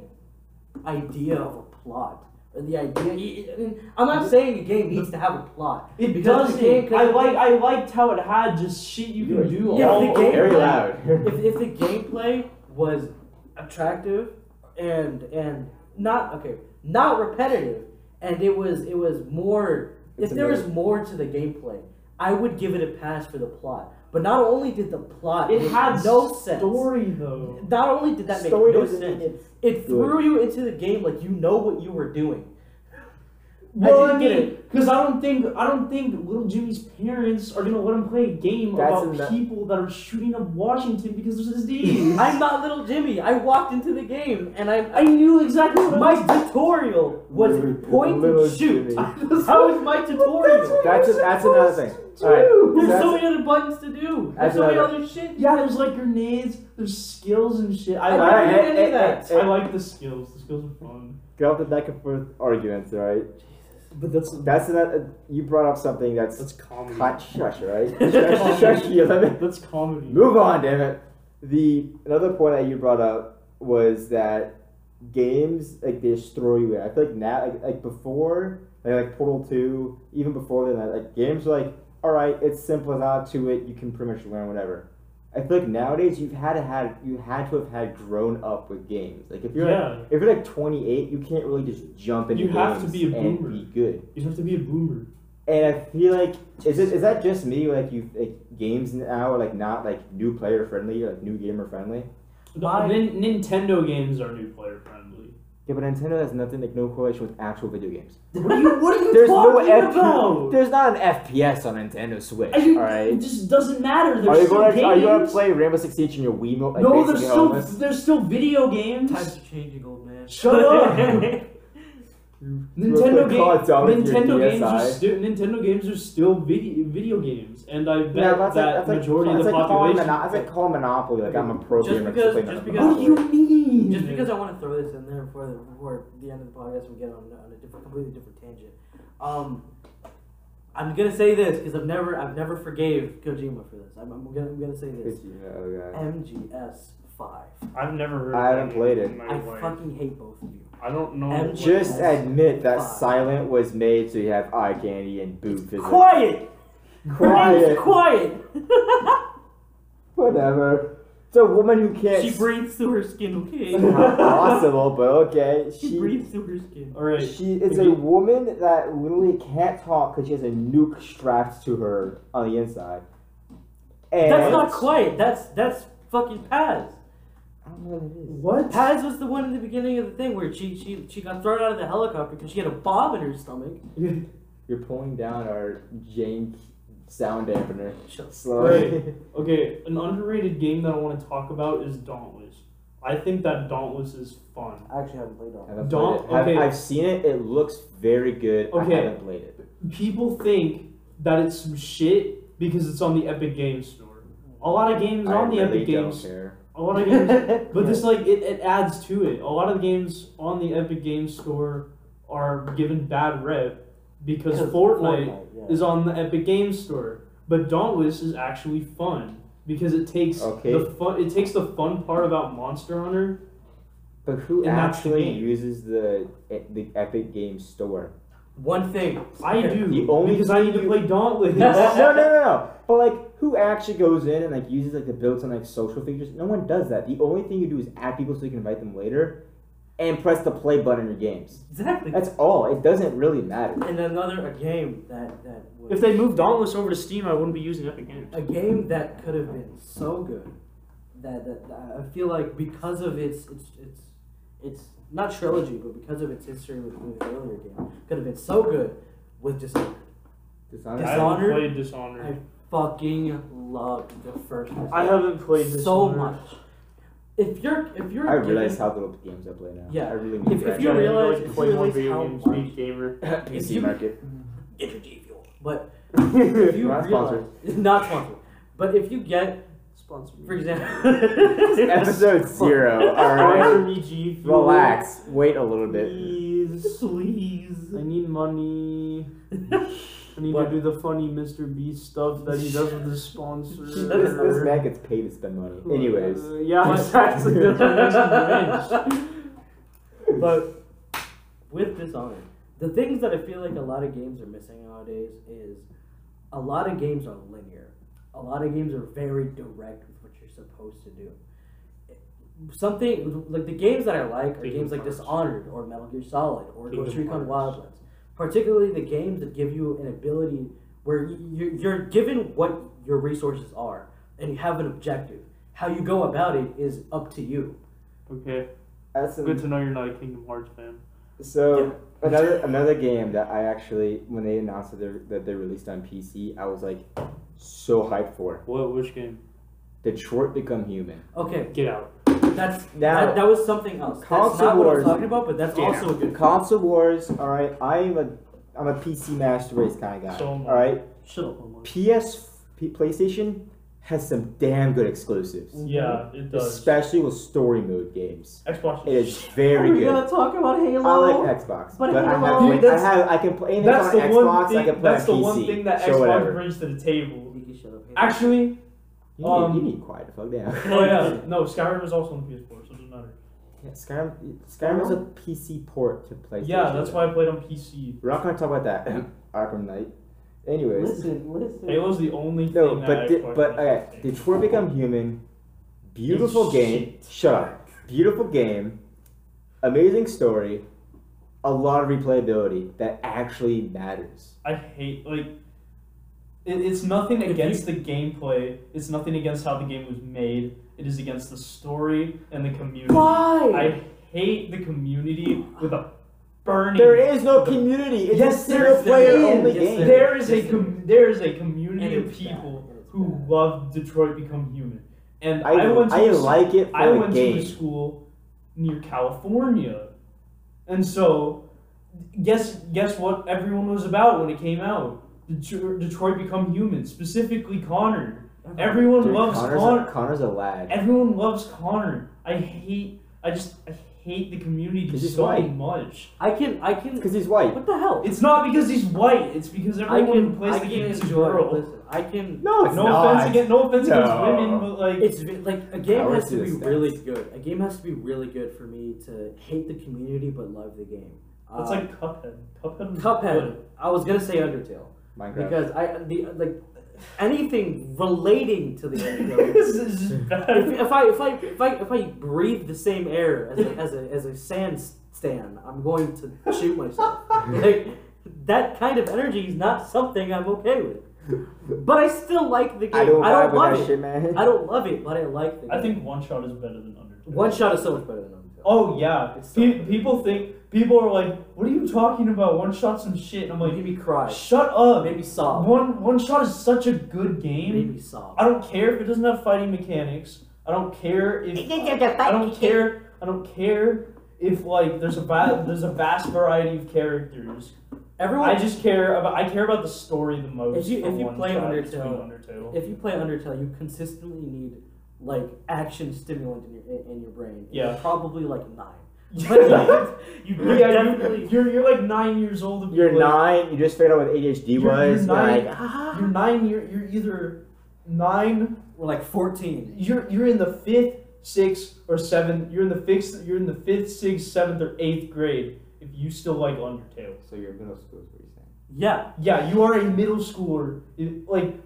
idea of a plot. Or the idea, I- I- I'm not saying a game needs to have a plot.
it
because
doesn't.
the game- 'cause
I
the
like.
game-
I liked how it had just shit you
were
can do.
Yeah,
all
the
over.
game-
very loud.
If, if the gameplay was attractive and and not okay, not repetitive, and it was it was more.
It's
if there was more to the gameplay, I would give it a pass for the plot. But not only did the plot
It
make
had
no sense.
story though.
Not only did that make
Story
no
doesn't mean
sense,
it's
it
good.
threw you into the game like you know what you were doing.
Well, I,
didn't get
mean, because I don't think I don't think little Jimmy's parents are gonna let him play a game
That's
about
in the-
people that are shooting up Washington because there's disease.
I'm not little Jimmy. I walked into the game and I,
I knew exactly what I
my tutorial was
Little-
point
little
and shoot.
Jimmy.
How was my tutorial?
That's just, that's another thing. All
There's so
right.
many other buttons to do. There's
That's
so many
another-
other shit.
Yeah, there's like grenades, there's skills and shit. I,
I
like,
didn't
Alright,
do any of
eh, eh,
that.
eh,
I like the skills. The skills are fun.
Get off the back and forth arguments, all right?
But that's
That's another. You brought up something that's
that's comedy.
hot shush, all right? Shush, shush, you love it.
That's comedy.
Move on, damn it. The another point that you brought up was that games like they just throw you in. I feel like now, like, like before, like, like Portal Two, even before then, like, like games were like, all right, it's simple, it's not to it. You can pretty much learn whatever. I feel like nowadays you've had to had you had to have had grown up with games. Like if you're like,
Yeah,
if you're like 28, you can't really just jump into
You have
games
to be a
and
boomer.
be good.
you have to be a boomer.
And I feel like is it is that just me? Like you like games now are like not like new player friendly, or, like new gamer friendly.
My-
Nin- Nintendo games are new player friendly.
Yeah, but Nintendo has nothing like no correlation with actual video games.
What are you? What are you
There's no
talking
F-
about?
There's not an FPS on Nintendo Switch.
Are you-
all right.
It just doesn't matter. There's
Are you
still
gonna
games.
are you gonna play Rainbow Six Siege in your Wiimote? Like
no,
basically
there's
all
still
this?
there's still video games.
Times are changing, old man. man.
Shut up! Nintendo,
Brooklyn
game,
Cards out with your
Nintendo games are
DSi.
still Nintendo games are still video, video games, and I bet
No, that's
that
like, that's like,
majority
that's
of the
like calling
population.
mono- that's like calling monopoly. Like I'm a pro
Just
gamer.
because-
play
just
Monopoly.
because-
what do you mean?
Just because I want to throw this in there before the, before the end of the podcast, we get on, on a different, completely different tangent. Um, I'm gonna say this because I've never, I've never forgave Kojima for this. I'm, I'm gonna, I'm gonna say this.
Oh, God.
MGS five.
I've never heard.
I
of
haven't
that
played
game in
I
my life.
fucking hate both of you.
I don't know.
And
what-
Just admit that
Fuck.
silent was made so you have eye candy and boob physics.
Quiet.
Quiet.
Quiet.
Whatever. It's a woman who can't.
she
s-
breathes through her skin. Okay.
Not possible, but okay.
She, breathes through her skin.
All right,
She is a woman that literally can't talk because she has a nuke strapped to her on the inside. And
That's not quiet. That's that's fucking Paz.
I don't know what it is.
what?
Paz was the one in the beginning of the thing where she she, she got thrown out of the helicopter because she had a bob in her stomach.
You're pulling down our jank sound dampener.
Shut up.
Slowly.
Okay, an underrated game that I want to talk about is Dauntless. I think that Dauntless is fun.
I actually haven't played all.
Haven't played
Don't-
it. I've,
okay.
I've seen it. It looks very good.
Okay.
I haven't played it.
People think that it's some shit because it's on the Epic Games Store. A lot of games
I
on the
really
Epic
don't
Games.
care.
A lot of games But this like it, it adds to it. A lot of the games on the Epic Games Store are given bad rep because Fortnite,
yeah.
is on the Epic Games Store. But Dauntless is actually fun because it takes
Okay.
the fun it takes the fun part about Monster Hunter.
But who
And that's the
actually
game.
uses the e, the Epic Games Store?
one thing.
I do
The only
because I need to
thing you-
play Dauntless.
no, no, no, no. But like, who actually goes in and like uses like the built-in like social features? No one does that. The only thing you do is add people so you can invite them later, and press the play button in your games.
Exactly.
That's all. It doesn't really matter.
and another a game that that was,
If they moved Dauntless over to Steam, I wouldn't be using Epic Games.
a game that could have been so good that, that, that I feel like because of its its its its not trilogy, but because of its history with, with the earlier game, could have been so good with just
I
Dishonored.
haven't
Dishonored?
played Dishonored.
fucking loved the first. one.
I, haven't played Dishonored.
so much. If you're if you're
I realize
given-
how little games I play now.
Yeah.
I really need
If- if
that.
you
Yeah,
realize-
like
if
play
you
more
realize
video
how
games,
much-
beach gamer.
PC
you-
market.
get your D fuel, but if you
We're not
realize
sponsored.
not sponsored, but if you get
Sponsor me.
for example
Episode zero. All
Sponsor
right.
me, G Fuel.
Relax. Wait a little bit.
Please. I need money. I need
What?
to do the funny Mr. Beast stuff that he does with his sponsor.
This, this man gets paid to spend money. Anyways.
Uh, yeah, exactly. That's what makes him rich.
But with Dishonored, the things that I feel like a lot of games are missing nowadays is a lot of games are linear. A lot of games are very direct with what you're supposed to do. Something like the games that I like are
Kingdom
games like
Hearts.
Dishonored or Metal Gear Solid or
Kingdom
Ghost Recon
Hearts.
Wildlands. Particularly the games that give you an ability where y- you're, you're given what your resources are and you have an objective. How you go about it is up to you.
Okay,
That's some-
good to know you're not a Kingdom Hearts fan.
So
Yeah.
another another game that I actually when they announced that they that they released on PC, I was like so hyped for
What? Which game?
Detroit Become Human.
Okay,
Get out.
That's
Now-
that, that was something else. That's
Console
not what I'm
wars.
talking about, but that's
Yeah.
also a good
Console wars. All right, I'm a I'm a PC master race kind of guy.
So am I.
all right,
Shut up.
PS P, PlayStation has some damn good exclusives,
Yeah, it does.
especially with story mode games.
Xbox.
It is very
We're
good.
gonna talk about
I
Halo.
like Xbox,
But
but, I have
Halo-
Dude,
like, I
that's-
have I can play anything
That's
on
the
Xbox.
one
I can
thing.
play on
That's the
PC.
one thing that
so
Xbox
whatever.
brings to the table.
You can shut up. Halo.
Actually,
You need, you
Um,
need quiet. the Fuck down.
oh yeah, no, Skyrim is also on PS4, so it doesn't matter.
Yeah, Skyrim, Skyrim is a PC port to PlayStation.
Yeah, that's why I played on PC.
We're not gonna talk about that. Arkham Knight. Anyways,
listen, listen.
Halo's the only thing
no,
that
but di-
I fucking
but
play.
okay, Detroit Become Human, beautiful
It's
game.
shit.
Shut up. Beautiful game, amazing story, a lot of replayability that actually matters.
I hate like it, it's nothing
If
against the gameplay. It's nothing against how the game was made. It is against the story and the community.
Why?
I hate the community with a burning.
There is no community. It's
Yes,
a
there
single
is.
player
There
only
is.
game.
There is a
Yes,
com- there is a
And
community
it's
of
bad.
people
And it's
who
bad.
love Detroit Become Human, and
I,
I, went to
I
a s-
like it for
I
the
went to a
game.
school near California And so, guess guess what everyone was about when it came out? Detroit, Detroit Become Human, specifically Connor.
Uh-huh.
Everyone
Dude,
loves
Connor's,
Connor.
a, Connor's a lag.
Everyone loves Connor. I hate. I just. I hate the community
Because he's
so
white.
much.
I can I can.
Because he's white.
What the hell?
It's not because he's white. It's because
I
everyone
can
who plays
I
the
can
game is a
enjoy.
girl.
Listen, I can.
No, it's
No
not.
offense against. No offense against
No.
women, but like.
It's v- like a game
Power
has
to
to
the
be
stats.
really good. A game has to be really good for me to hate the community but love the game. Uh,
It's like Cuphead. Cuphead. was
Cuphead.
good.
I was gonna say Undertale
Minecraft.
because I the like anything relating to the Undertale.
this is just
if,
bad.
if I if I if I if I breathe the same air as a, as a as a sand stand, I'm going to shoot myself. like that kind of energy is not something I'm okay with. But I still like the game.
I don't vibe
love
with that
it.
shit, man.
I don't love it, but I like the game.
I think one shot is better than Undertale.
one shot is so much better than Undertale.
Oh yeah,
It's
Pe-
so-
people think people are like, "What are you talking about? One shot's and shit." And I'm
made
like,
me cry.
"Shut up."
Made me sob.
One one shot is such a good game.
Made me sob.
I don't care if it doesn't have fighting mechanics. I don't care if I don't care. I don't care if like there's a va- there's a vast variety of characters.
Everyone,
I just care about I care about the story the most.
If you-
for
if you
one
play
shot
Undertale-
between Undertale,
if you play Undertale, you consistently need like action stimulant in your in, in your brain.
Yeah.
probably like nine. But
yeah,
like, you
you,
definitely.
you're you're like nine years old. if
You're
you play-
nine. You just figured out what ADHD
You're-
was.
you're nine. Ah,
Like,
You're nine. You're you're either nine.
We're like fourteen.
You're you're in the fifth, sixth, or seventh. You're in the fifth. You're in the fifth, sixth, seventh, or eighth grade. If you still like Undertale,
so you're middle school is what you're saying.
Yeah,
yeah, you are a middle schooler. If, like,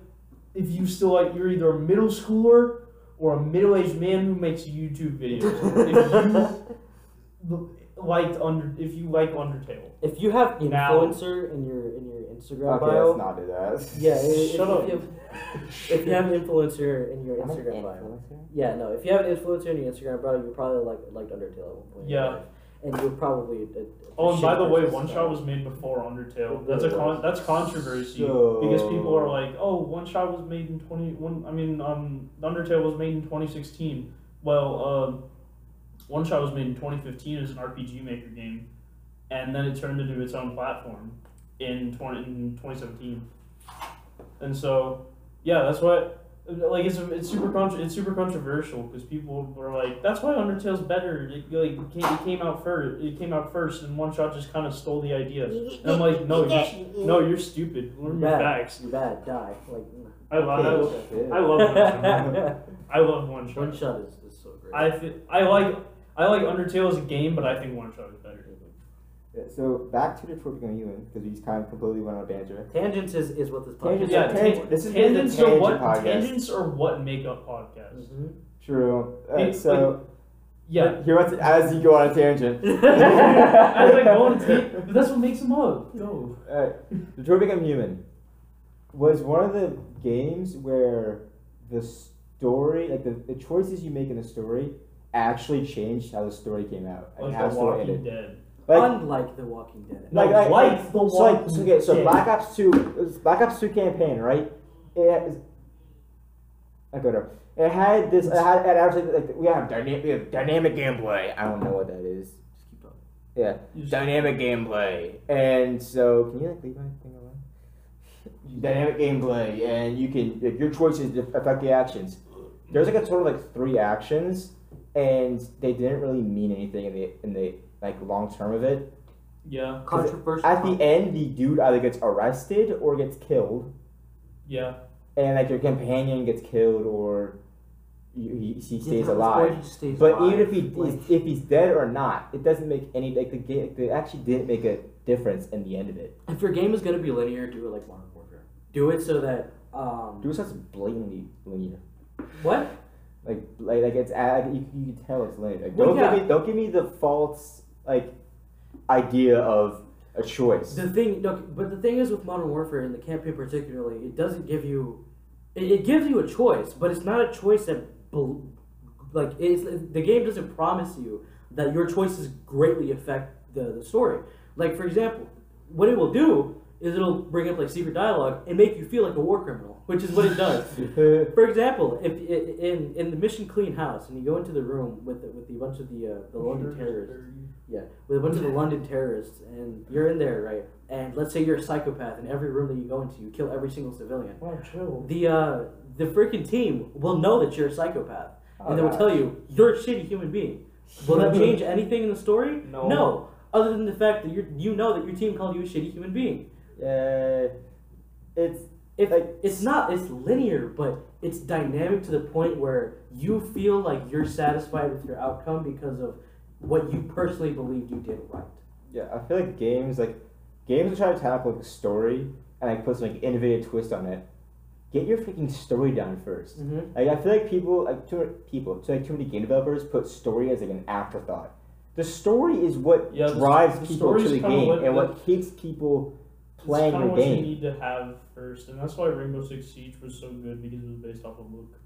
if you still like, you're either a middle schooler or a middle-aged man who makes YouTube videos. if you liked under, if you like Undertale,
if you have
Now-
influencer in your in your Instagram
okay,
bio.
let's not do that.
yeah, if,
Shut
if
up.
You have, if you have an influencer in your
I'm an
Instagram bio.
influencer?
Yeah, no. If you have an influencer in your Instagram bio, you probably like liked Undertale at one point. in your
Yeah.
life. And you're probably. A, a
Oh, and
shit
by the way,
person,
One
so-
Shot was made before Undertale.
It
That's a
really
con-
was.
that's controversy
So-
because people are like, "Oh, One Shot was made in 20 one I mean, um, Undertale was made in 2016. Well, um, One Shot was made in 2015 as an RPG Maker game, and then it turned into its own platform in 20 in 2017. And so, yeah, that's why. Like it's, it's super contro- it's super controversial because people were like that's why Undertale's better it, like it came, it came out first it came out first and One Shot just kind of stole the idea and I'm like no you're, s- no you're stupid learn your
Yeah.
facts
You're bad. Die. Like.
I love I, love-
Okay.
I love One Shot I love One
One
Shot
shot is, is so great.
I thi- I like I like Undertale as a game but I think One Shot is better
Yeah, so back to Detroit Become Human because we just kind of completely went on a banter.
Tangents is, is what this
Tangents
podcast is.
Yeah,
yeah
are
for.
tangent-
tan-
this is the
tangents are
tangent
what
podcast. Mm-hmm.
tangents are what make up podcasts
Mhm.
True.
Hey,
Alright, so
yeah
here, what's as you go on a tangent.
as I go on tape, but that's what makes them up. Go.
Uh, Detroit Become Human was one of the games where the story, like the, the choices you make in the story, actually changed how the story came out and
Like
how
The
story
Walking
ended.
Dead.
Like,
Unlike The Walking Dead.
No,
like, like,
like
like,
The
so like,
Walking
so, okay, so
Dead.
Black Ops Two, it was Black Ops Two campaign, right? It has, I go to. It had this. It had, it actually, like we have dynamic, we have dynamic gameplay. I don't know what that is.
Just keep talking.
Yeah,
You just-
dynamic gameplay. And so, can you like leave my thing alone? Dynamic gameplay, and you can like, your choices def- affect the actions. There's like a total of like three actions, and they didn't really mean anything in the in the like long term of it.
Yeah,
Controversial.
At the end, the dude either gets arrested or gets killed,
yeah.
and like your companion gets killed or he, he he
Yeah,
stays
that's
alive.
why he stays
But
alive.
even if he
Like,
is, if he's dead or not, it doesn't make any like the game. It actually didn't make a difference in the end of it.
if your game is gonna be linear, do it like Modern Warfare. Do it so that um
Dude, that's blatantly linear.
what?
Like like like it's a- like, you, you can tell it's linear. Like,
Well,
don't
yeah.
give me don't give me the false like idea of a choice.
The thing, no, but the thing is with Modern Warfare and the campaign particularly, it doesn't give you, it, it gives you a choice, but it's not a choice that, bel- like, it's, the game doesn't promise you that your choices greatly affect the, the story. Like, for example, what it will do is it'll bring up, like, secret dialogue and make you feel like a war criminal, which is what it does. For example, if i- in in the Mission Clean House, and you go into the room with the, with the bunch of the uh, the loaded terrorists, Yeah, with a bunch of the London terrorists, and you're in there, right? And let's say you're a psychopath, and every room that you go into, you kill every single civilian.
Wow, chill.
The uh, the freaking team will know that you're a psychopath,
Oh,
and they will
God.
tell you you're a shitty human being. Will that change anything in the story?
No.
other than the fact that you you know that your team called you a shitty human being.
Uh, it's
If
Like-
it's not, it's linear, but it's dynamic to the point where you feel like you're satisfied with your outcome because of what you personally believed you did right.
yeah. I feel like games like games that try to tackle like a story and like put some like innovative twist on it. Get your freaking story down first.
Mm-hmm.
Like I feel like people, like too many people, too, like too many game developers put story as like an afterthought. The story is what
Yeah, the s-
drives
the
people to
story's
the
kinda
game
what-
and what keeps people playing
it's kinda
the
what
game.
you need to have first, and that's why Rainbow Six Siege was so good because it was based off of Luke.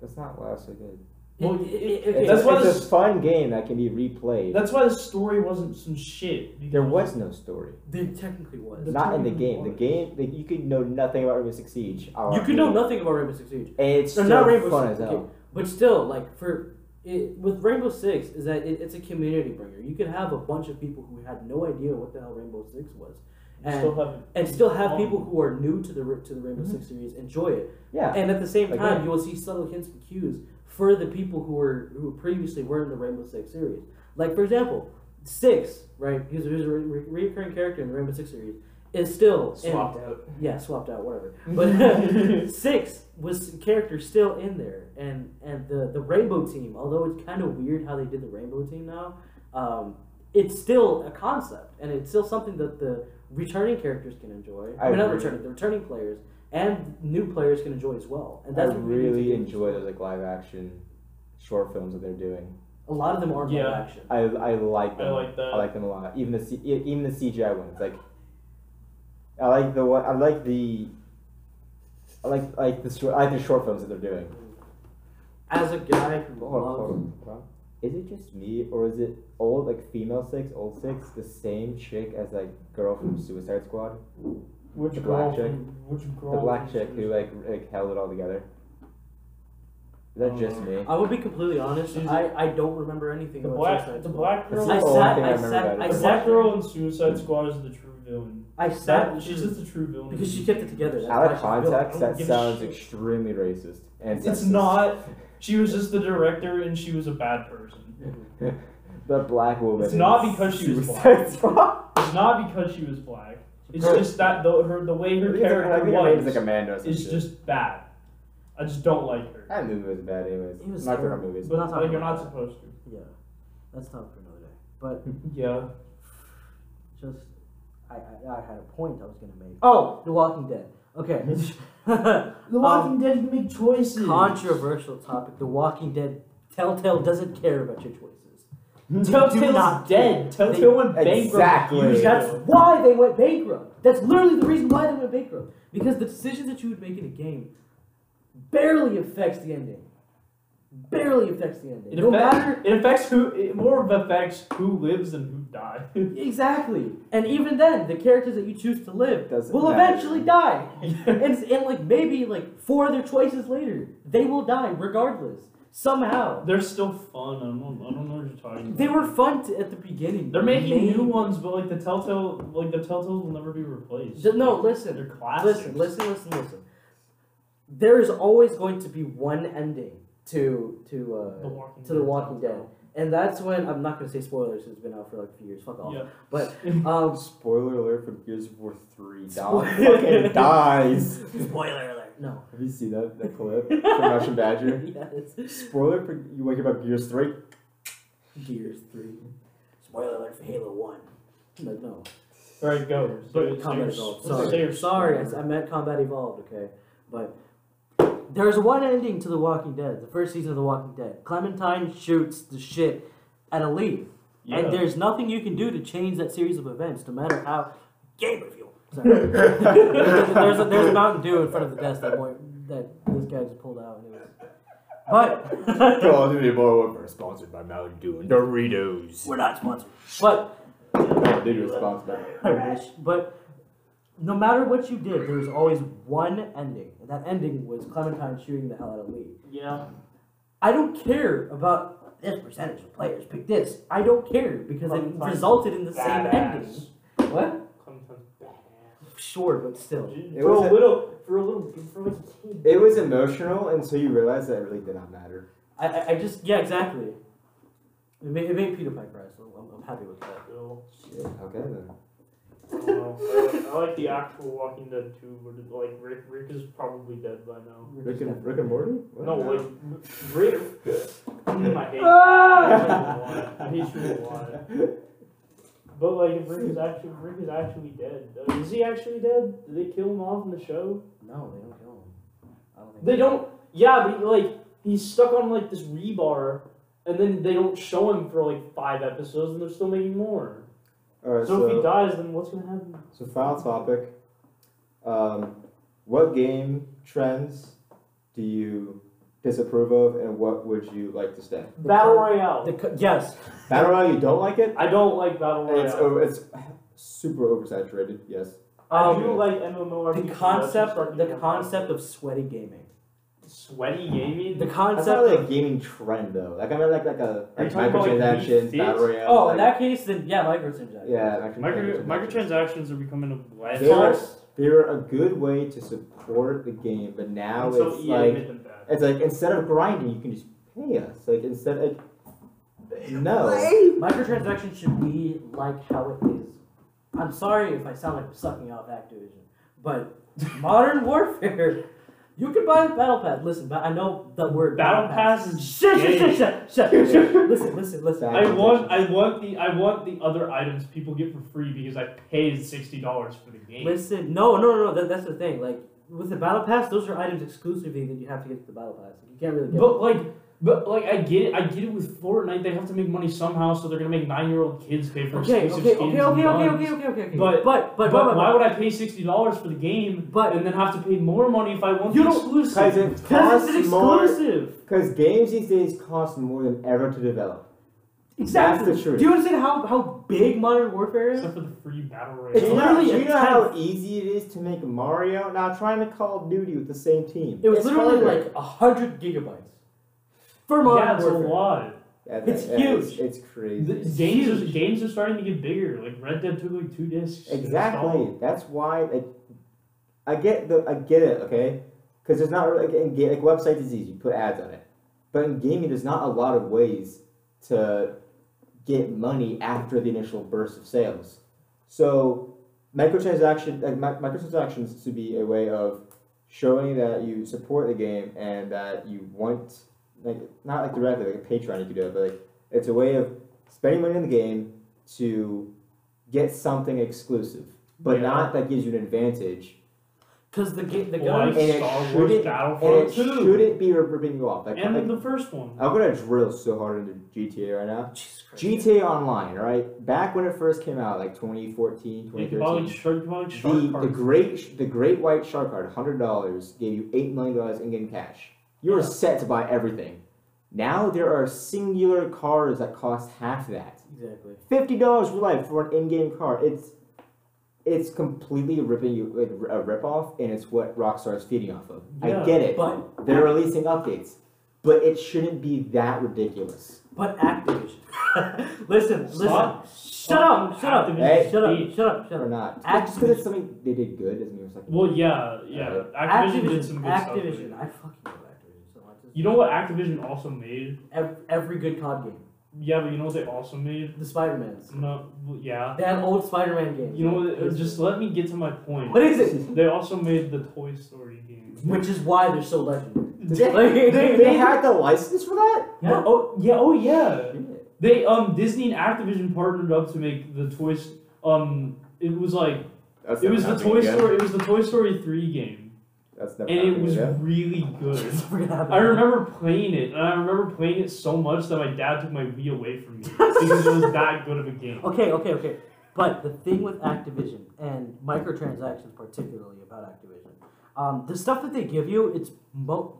That's not why it's so good.
Well,
It's,
that's
a,
why
it's
this-
a fun game that can be replayed.
That's why the story wasn't some shit. because
There was no story,
There technically was.
The
not in the
story
game. The
was-
game, like, you could know nothing about Rainbow Six Siege.
You could know
RIP.
nothing about Rainbow Six Siege,
And it's
No,
still
not Rainbow
fun
Six,
as
okay.
hell.
but still, like for it, with Rainbow Six, is that it, it's a community bringer. You could have a bunch of people who had no idea what the hell Rainbow Six was,
you
and
still have
and still have people who are new to the ra- to the Rainbow Six series enjoy it.
Yeah,
And at the same
Like
time,
that.
you will see subtle hints and cues for the people who were who previously were in the Rainbow Six series. Like for example, Six, right? Who's, who's a re- re- recurring character in the Rainbow Six series is still in-
Swapped out.
yeah, swapped out, whatever. But six was character still in there, and and the the Rainbow Team. Although it's kind of weird how they did the Rainbow Team now, um, it's still a concept, and it's still something that the returning characters can enjoy.
I
I mean, not
agree.
returning, the returning players and new players can enjoy as well. And
I
that's what we need to
really
do.
enjoy those like live action short films that they're doing.
A lot of them are
Yeah.
live action.
I I like
I
them.
like that.
I like them a lot. Even the C- e- even the CGI ones. Like, I like the one. I like the. I like like the short. I like the short films that they're doing.
As a guy who
Hold on, hold
loves,
on, hold on. Is it just me or is it old like female six, old six, the same chick as like girl from Suicide Squad,
which
the
girl,
black chick.
from- which girl,
the black
from
chick who like r- like held it all together? Is
Oh.
that just me?
I would be completely honest.
Susan-
I, I don't remember anything
the
about
black,
Suicide
the
Squad.
black
That's
girl,
the
I
only
sat,
thing Oh, I
I
remember about
sat,
it.
I
the
That's
sat
black girl in Suicide Squad is the true villain.
I
That
sat.
she's just the true villain.
Because she kept it together. that's
Out
why
of
she built it.
context,
I don't
that
give a
sounds
shit.
extremely racist and
It's
sexist.
not. She was just the director, and she was a bad person.
the black woman.
It's
in
not because she was
Suicide
black.
Squad.
It's not because she was black. It's
Her-
just that the, her the way
I
her
think it's like- I
character
think her name is like
was
Amanda. or some
is
shit.
just bad. I just don't like her.
that movie was bad, anyways.
It was
not talking about
terrible.
movies.
We're not
But like,
talking
you're
about
not supposed to.
Yeah, that's not for another day. But
Yeah.
just, I, I, I had a point I was gonna make. Oh, The Walking Dead. Okay.
The
Walking
Dead can make choices.
Controversial topic. The Walking Dead. Telltale doesn't care about your choices. Do not
Telltale's dead. Telltale went bankrupt.
Exactly.
Use
That's
that-
why they went bankrupt. That's literally the reason why they went bankrupt. Because the decisions that you would make in a game barely affects the ending. Barely affects the ending.
It,
no
affect-
matter
it affects who. It more of affects who lives and who dies.
Exactly. And even then, the characters that you choose to live
Doesn't
will
matter.
eventually die. and, and like maybe like four other choices later, they will die regardless. Somehow.
They're still fun. I don't. I don't know what you're talking about.
They were fun to, at the beginning.
They're making
Maybe-
new ones, but like the Telltale, like the Telltales will never be replaced.
Th- no,
Like,
listen.
They're classics.
Listen, listen, listen, listen. There is always going to be one ending to to uh,
The Walking
to the
Dead,
Walking Dead,
Telltale.
and that's when I'm not going to say spoilers. 'cause It's been out for like a few years. Fuck off.
Yeah.
But um,
Spoiler alert for Gears of War 3.
Spoiler.
Don fucking dies.
spoiler alert. No.
Have you seen that, that clip from Russian Badger?
yes.
Spoiler for you wake up about Gears 3?
Gears 3. Spoiler alert for Halo 1. Like, no.
All right, go.
But
Say-
Combat
say-
Evolved.
say your
Sorry. Sorry, I,
story.
s- I meant Combat Evolved, okay? But there's one ending to The Walking Dead, the first season of The Walking Dead. Clementine shoots the shit at a leaf.
Yeah.
And there's nothing you can do to change that series of events, no matter how. Game of you! Sorry. there's, a, there's a Mountain Dew in front of the desk that, boy, that this guy just pulled out. And it was, but.
Call of Duty Modern Warfare sponsored by Mountain Dew and Doritos.
We're not sponsored. But
Mountain Dew was sponsored by
I wish. But no matter what you did, there was always one ending. And that ending was Clementine shooting the hell out of Lee.
Yeah.
I don't care about this percentage of players picked this. I don't care because it
Clementine
resulted in the same ending.
badass.
What?
Clementine's badass.
Sure, but still.
It
For a
was a-
little, for a little, for like a kid.
It was emotional, and so you realize that it really did not matter.
I, I, I just, yeah, exactly. It made, it made Peter Pie cry, so I'm, I'm happy with that.
Bill.
Shit, okay then.
I don't know. I like, I like the actual Walking Dead too, but like Rick, Rick is probably dead by now.
Rick and, Rick and Morty? What?
No, like Rick. Mm, I hate.
Ah!
I hate you a lot. I hate you a lot. But like, if Rick is actually Rick is actually dead. uh, Is he actually dead? Did they kill him off in the show?
No, they don't kill him. I don't think
They don't. Yeah, but like he's stuck on like this rebar, and then they don't show him for like five episodes, and they're still making more.
Alright,
So if he
so,
dies, then what's gonna happen?
so final topic. Um, what game trends do you disapprove of, and what would you like to stay?
Battle
cur-
Royale.
The co- yes.
Battle Royale, you don't like it?
I don't like Battle Royale.
It's over, it's super oversaturated. Yes.
I
Um,
do like MMORPGs.
The concept,
That's
the concept of sweaty gaming.
sweaty gaming.
The
That's
concept.
not really
Of,
a gaming trend though. Like I mean, like like a
Are you
like
talking about, like,
microtransactions,
these
battle royale.
oh,
like,
in that case, then yeah, microtransactions.
yeah,
Micro, microtransactions are becoming a blast.
They are, they're a good way to support the game, but now
And so
it's
EA
like
made them bad.
it's like instead of grinding, you can just pay us. Like instead, like no,
Microtransactions should be like how it is. I'm sorry if I sound like I'm sucking off Activision, but Modern Warfare, you can buy the Battle Pass. Listen, but I know the word
Battle Pass is
Shut, shut, shut,
gay.
shut, shut, shut. Listen, listen, listen.
Battle
I want, I want the, I want the other items people get for free because I paid sixty dollars for the game.
Listen, no, no, no. That, that's the thing. Like with the Battle Pass, those are items exclusively that you have to get with the Battle Pass. You can't really get.
But like, but like, I get it. I get it with Fortnite. They have to make money somehow, so they're gonna make nine-year-old kids pay for
okay,
exclusive
okay,
skins
okay, okay,
and
okay, okay,
guns.
okay, okay, okay, okay.
But-
but, but,
But,
but,
why would I pay sixty dollars for the game
But-
and then have to pay more money if I want
You
the
don't-
exclusive?
because it
Because
costs
it's an
more.
exclusive.
Because games these days cost more than ever to develop.
Exactly.
That's the truth.
Do you understand how, how big Modern Warfare is?
Except for the free battle royale.
Do you, know,
literally
do
a
you know how easy it is to make Mario? Now trying to Call of Duty with the same team.
It was
It's
literally
harder.
like a hundred gigabytes for Modern
yeah, it's a
Warfare.
lot.
Yeah,
it's
yeah, it's-
huge.
It's,
The
crazy.
games are,
huge.
games are starting to get bigger. Like Red Dead took like two discs. to install.
Exactly. That's why like I get the I get it, okay? Because there's not really- like in ga- like website disease, you put ads on it. But in gaming there's not a lot of ways to get money after the initial burst of sales. So microtransaction like mi- microtransactions should be a way of showing that you support the game and that you want like not like directly like a Patreon you could do it, but like it's a way of spending money in the game to get something exclusive, but
Yeah.
not that gives you an advantage.
Because the ga- the
Like
guns.
And it
Star Wars
shouldn't- And
Battlefront
it
2.
shouldn't be ripping you off. Like,
And
like,
the first one.
I'm gonna drill so hard into GTA right now.
Jesus Christ.
GTA Online, right? Back when it first came out, like 2014,
You could probably
2013.
shark, you could probably shark
The, the
card.
great sh- the great white shark card, hundred dollars, gave you eight million dollars in game cash. You were
Yeah.
set to buy everything. Now there are singular cars that cost half that.
Exactly.
fifty dollars for life for an in-game card. It's it's completely ripping you like a ripoff, and it's what Rockstar is feeding off of.
Yeah,
I get it.
But
They're releasing updates, but it shouldn't be that ridiculous.
but Activision. listen, listen.
Stop.
Shut up! Shut up!
Activision
Hey.
Shut up!
speech.
Shut up! Shut
Or
up!
not. Just because it's something they did good doesn't mean it's like
Well, yeah, yeah. Activision, did some good stuff. with
Activision.
it.
I fucking love Activision so much.
You know what Activision also made?
Every, every good COD game,
Yeah, but you know what they also made?
the Spider Mans.
No, well, yeah.
That old Spider Man game.
You know what? Uh, Just let me get to my point.
What is it?
They also made the Toy Story game.
Which is why they're so legendary.
they, they, they had the license for that.
Yeah.
Oh yeah. Oh yeah. They um Disney and Activision partnered up to make the Toy S- um it was like
That's
it
never
was the
happening
Toy
again.
Story it was the Toy Story three game
That's
and
never
it
happening
was
again.
really good.
Just forget about
I
it.
remember playing it and I remember playing it so much that my dad took my Wii away from me because it was that good of a game.
Okay, okay, okay. But the thing with Activision and microtransactions, particularly about Activision, um, the stuff that they give you, it's mo-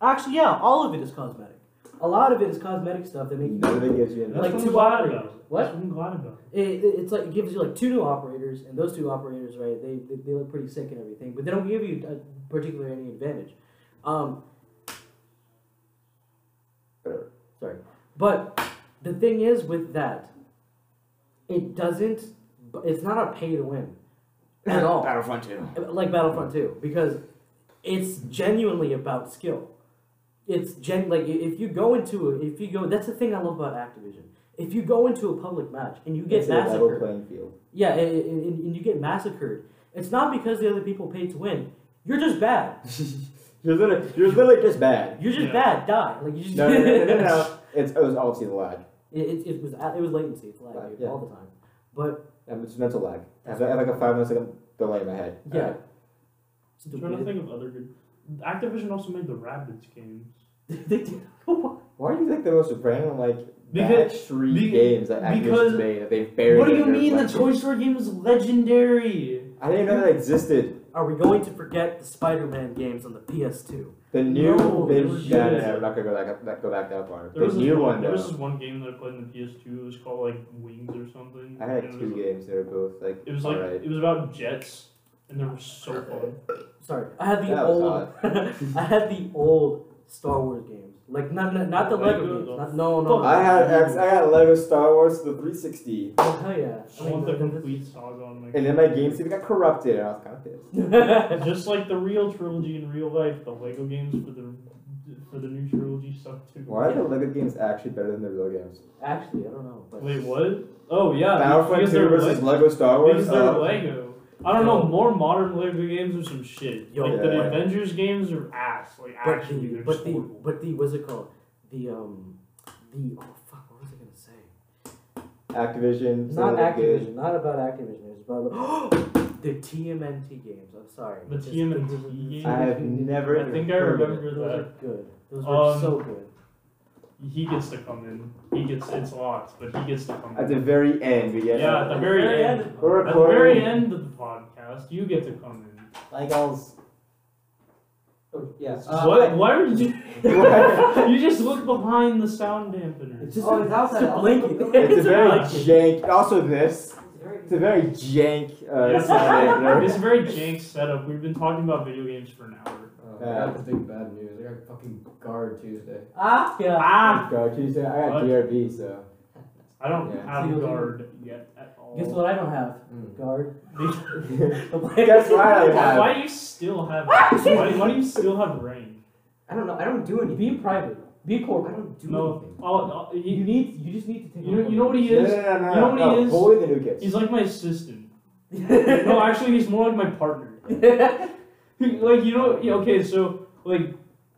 actually yeah, all of it is cosmetic. A lot of it is cosmetic stuff that make you.
None of it gives you
That's
an
Like
what
two
I'm glad
operators.
about.
What?
That's what I'm glad about.
It, it- it's like it gives you like two new operators, and those two operators, right? They, they, they look pretty sick and everything, but they don't give you a particular any advantage. Um,
Whatever.
Sorry, But the thing is with that, it doesn't. It's not a pay to win at all.
Battlefront 2.
like Battlefront 2 because it's genuinely about skill. It's gen like i- if you go into a, if you go that's the thing I love about Activision. If you go into a public match and you get
It's a level
massacred,
playing field.
yeah, and, and, and- and you get massacred, it's not because the other people paid to win. You're just bad.
You're literally, you're literally just bad.
You're just
Yeah.
bad. Die. Like you just
No, no, no, no, no. no. it's, it was obviously the lag.
It, it, it was a- it was latency. It's lag dude,
Yeah.
all the time. But
Um, It's mental lag. I have I have like a five minute second delay in my head. Uh,
yeah.
Alright.
I'm trying to think of other good. Activision also made the Rabbids games.
Why do you think the most random like
Because-
batch three
be-
games that
because-
Activision made that they buried?
what do you
under
mean the
blanket?
Toy Story game is legendary?
I didn't know that existed.
Are we going to forget the Spider-Man games on the PS2?
The new
No,
big
there was-
yeah, no, no, I'm not gonna go back that go back that far.
There was
the
this
new
one,
one
There
though.
was this one game that I played on the PS2. It was called like Wings or something.
I had
and it
two
was,
games that were both like
It was like
alright.
it was about jets, and they were so fun.
Sorry, I had the
That was
old. I had the old Star Wars games, like not not, not the
Lego
Lego games.
though.
Not, no, no.
I had X, I had Lego Star Wars for the 360,
I'll tell you.
I want the complete saga on my.
and then my game save got corrupted, and I was kind of pissed.
Just like the real trilogy in real life, the Lego games for the for the new trilogy suck too.
Why are the Lego games actually better than the real games?
Actually, I don't know. But
Wait, what? Oh yeah,
Battlefront
because
2
they're
versus
Le-
Lego Star Wars.
because they're
uh,
Lego. I don't know. More modern Lego games are some shit.
Yo,
like
yeah.
the Avengers games are ass. Like
But
actually,
the
they're
but
just
the
horrible.
but the what's it called? The um the oh fuck, what was I gonna say?
Activision.
It's
so
not
they're good.
Activision. Not about Activision. It's about the TMNT games. I'm sorry.
The
Just-
TMNT games?
I have never.
I think I
heard of it.
remember
Those
that.
are good. Those were
Um,
so good.
He gets to come in. He gets it's locked, but he gets to come
At
in.
the very end, we get
yeah, at the very
Very
end.
end.
We're
At the very
recording.
end of the podcast, you get to come in.
like I was. Oh, yeah. uh,
what? Why would you?
What?
you just look behind the sound dampener.
It's just
Oh, it's outside.
It's a blanket.
It's a very
like-
jank. Also, this. It's a very jank. Uh,
Yes,
sound
it's,
effect.
it's a very jank setup. We've been talking about video games for an hour.
Oh, I got the big bad news. I got fucking guard Tuesday.
Ah, yeah.
Ah,
Go Tuesday. I got
What?
DRB, so.
I don't
Yeah.
have
See, you-
guard yet at all.
Guess what? I don't have guard.
Guess what? I don't
why,
have.
why do you still have? why, why do you still have rain?
I don't know. I don't do anything.
Be private. Be
I
corporate.
don't do
No,
anything.
I'll, I'll,
You
Oh, he,
need. You just need to take.
You know- you know what he
No,
is?
no, no, no,
You know what
no,
he is?
Bully the new kids.
he's like my assistant.
is.
No, actually, he's more like my partner. like you know, yeah, okay, so like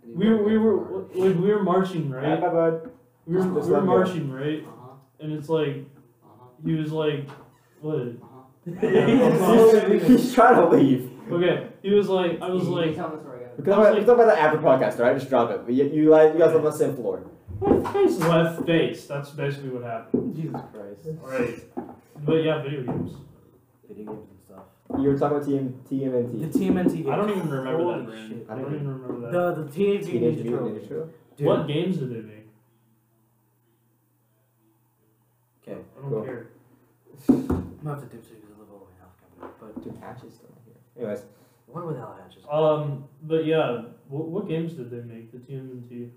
we were, we were like we were marching
Yeah,
right.
my bud.
We were, we
Just
were
let me-
marching right,
Uh-huh.
and it's like
Uh-huh.
he was like, what?
Uh-huh.
He's, he's trying to leave.
Okay, he was like, I was like,
tell me the story, guys.
Because
I was
we're talking about the after podcast, all right? Just drop it. But You, you, like, you guys on the same floor.
what face left face. That's basically what happened.
Jesus Christ.
Right. But yeah, video games.
Video games and stuff.
You were talking about TM,
The
TMNT.
TMNT games.
I don't even remember
Holy
that brand.
shit.
I don't even remember that.
The the Teenage Mutant Ninja Turtles.
Turtle.
Dude,
What games did they make?
Okay,
I don't
Cool.
care.
I'm gonna have to dip to because I live all the way out company. But
Dude, Ash is still here. Anyways,
what were the hell hatches?
Um, but yeah, what, what games did they make? The TMNT.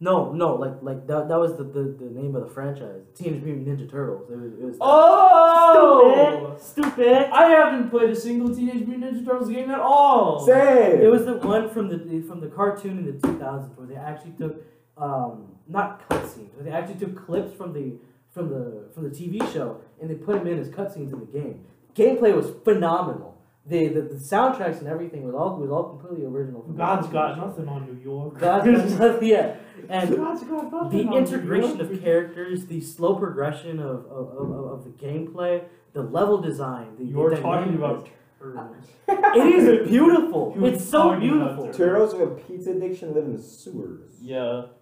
No, no, like like that, that was the, the, the name of the franchise. Teenage Mutant Ninja Turtles. It was, it was
Oh!
stupid. Stupid.
I haven't played a single Teenage Mutant Ninja Turtles game at all.
save.
It was the one from the from the cartoon in the 2000s where they actually took um not cutscenes, but they actually took clips from the from the from the TV show and they put them in as cutscenes in the game. Gameplay was phenomenal. The, the the soundtracks and everything was all was all completely original. from the
God's
TV
got
show.
nothing on New York.
God's got nothing. Yeah, and
God's got
the
nothing on New
integration
York.
of characters, the slow progression of of, of, of- of the gameplay, the level design. The, the
You're talking
dynamic-
about turtles.
It is beautiful.
You
it's
were
so
talking about
beautiful.
turtles.
Turtles with a pizza addiction live in the sewers.
Yeah.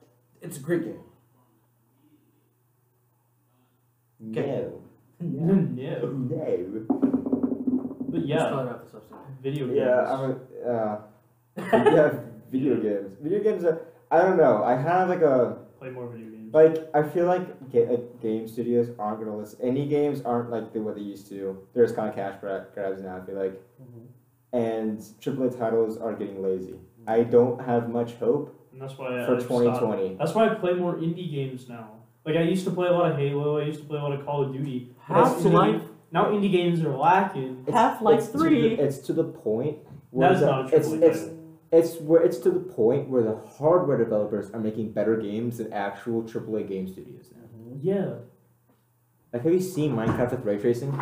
It's a great game.
No.
no.
No.
But
Let's
yeah,
try to wrap this up soon.
video games.
Yeah, I'm a, uh, yeah, video games. Video games are, I don't know, I have like a,
Play more video games.
like, I feel like ga- like game studios aren't gonna list, any games aren't like the, what they used to. There's kind of cash gra- grabs now, I feel like. And AAA titles are getting lazy. I don't have much hope
And that's why I
for
I've stopped.
2020.
That's why I play more indie games now. Like I used to play a lot of Halo. I used to play a lot of Call of Duty. but that's
Half-Life-
indie- Now indie games are lacking.
It's-
Half-Life
it's to
3.
the- It's to the point where
That is
the-
not a
it's,
triple
it's, it's where it's to the point where the hardware developers are making better games than actual AAA game studios now.
Yeah.
Like, have you seen Minecraft with ray tracing?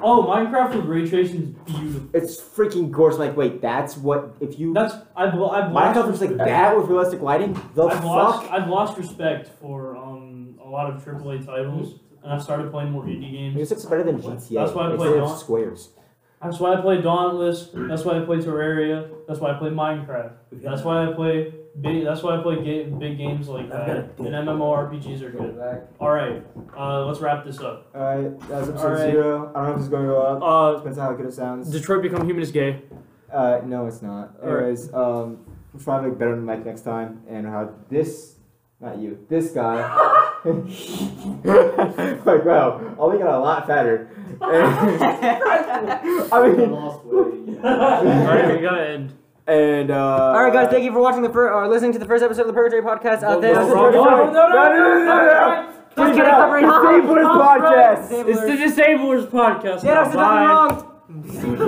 Oh, Minecraft with ray tracing is beautiful.
It's freaking gorgeous. Like, wait, that's what if you
That's I've wa- I've watched.
Minecraft was like that with realistic lighting. The
I've
fuck.
lost I've lost respect for um a lot of AAA titles, and I've started playing more indie games.
Music's better than GTA.
That's why I
It's
play
made of
Dawn-
squares.
That's why I play Dauntless. That's why I play Terraria. That's why I play Minecraft. That's why I play big. That's why I play ga- big games like that.
I've got a
And
book.
MMORPGs are good. All right, uh, let's wrap this up.
Alright, that was episode
episode Alright.
zero. I don't know if it's going to go up.
Uh,
Depends on how good it sounds.
Detroit Become Human is gay.
Uh, no, it's not.
Alright.
Anyways, um, we'll try to make better than Mike next time, and how this, not you, this guy. like wow, I'll make it a lot fatter. I
I
mean,
lost weight.
All right, we gotta end.
and uh.
All right, guys. Thank you for watching the fir- or listening to the first episode of the Purgatory Podcast. Uh,
No,
thanks-
no, wrong one.
No, no, no, no, no, no.
Just kidding, covering
It's
hot.
Staples
Hot
Podcast.
Friday.
It's the Disablers podcast.
Yeah,
now.
I said nothing
Bye.
wrong.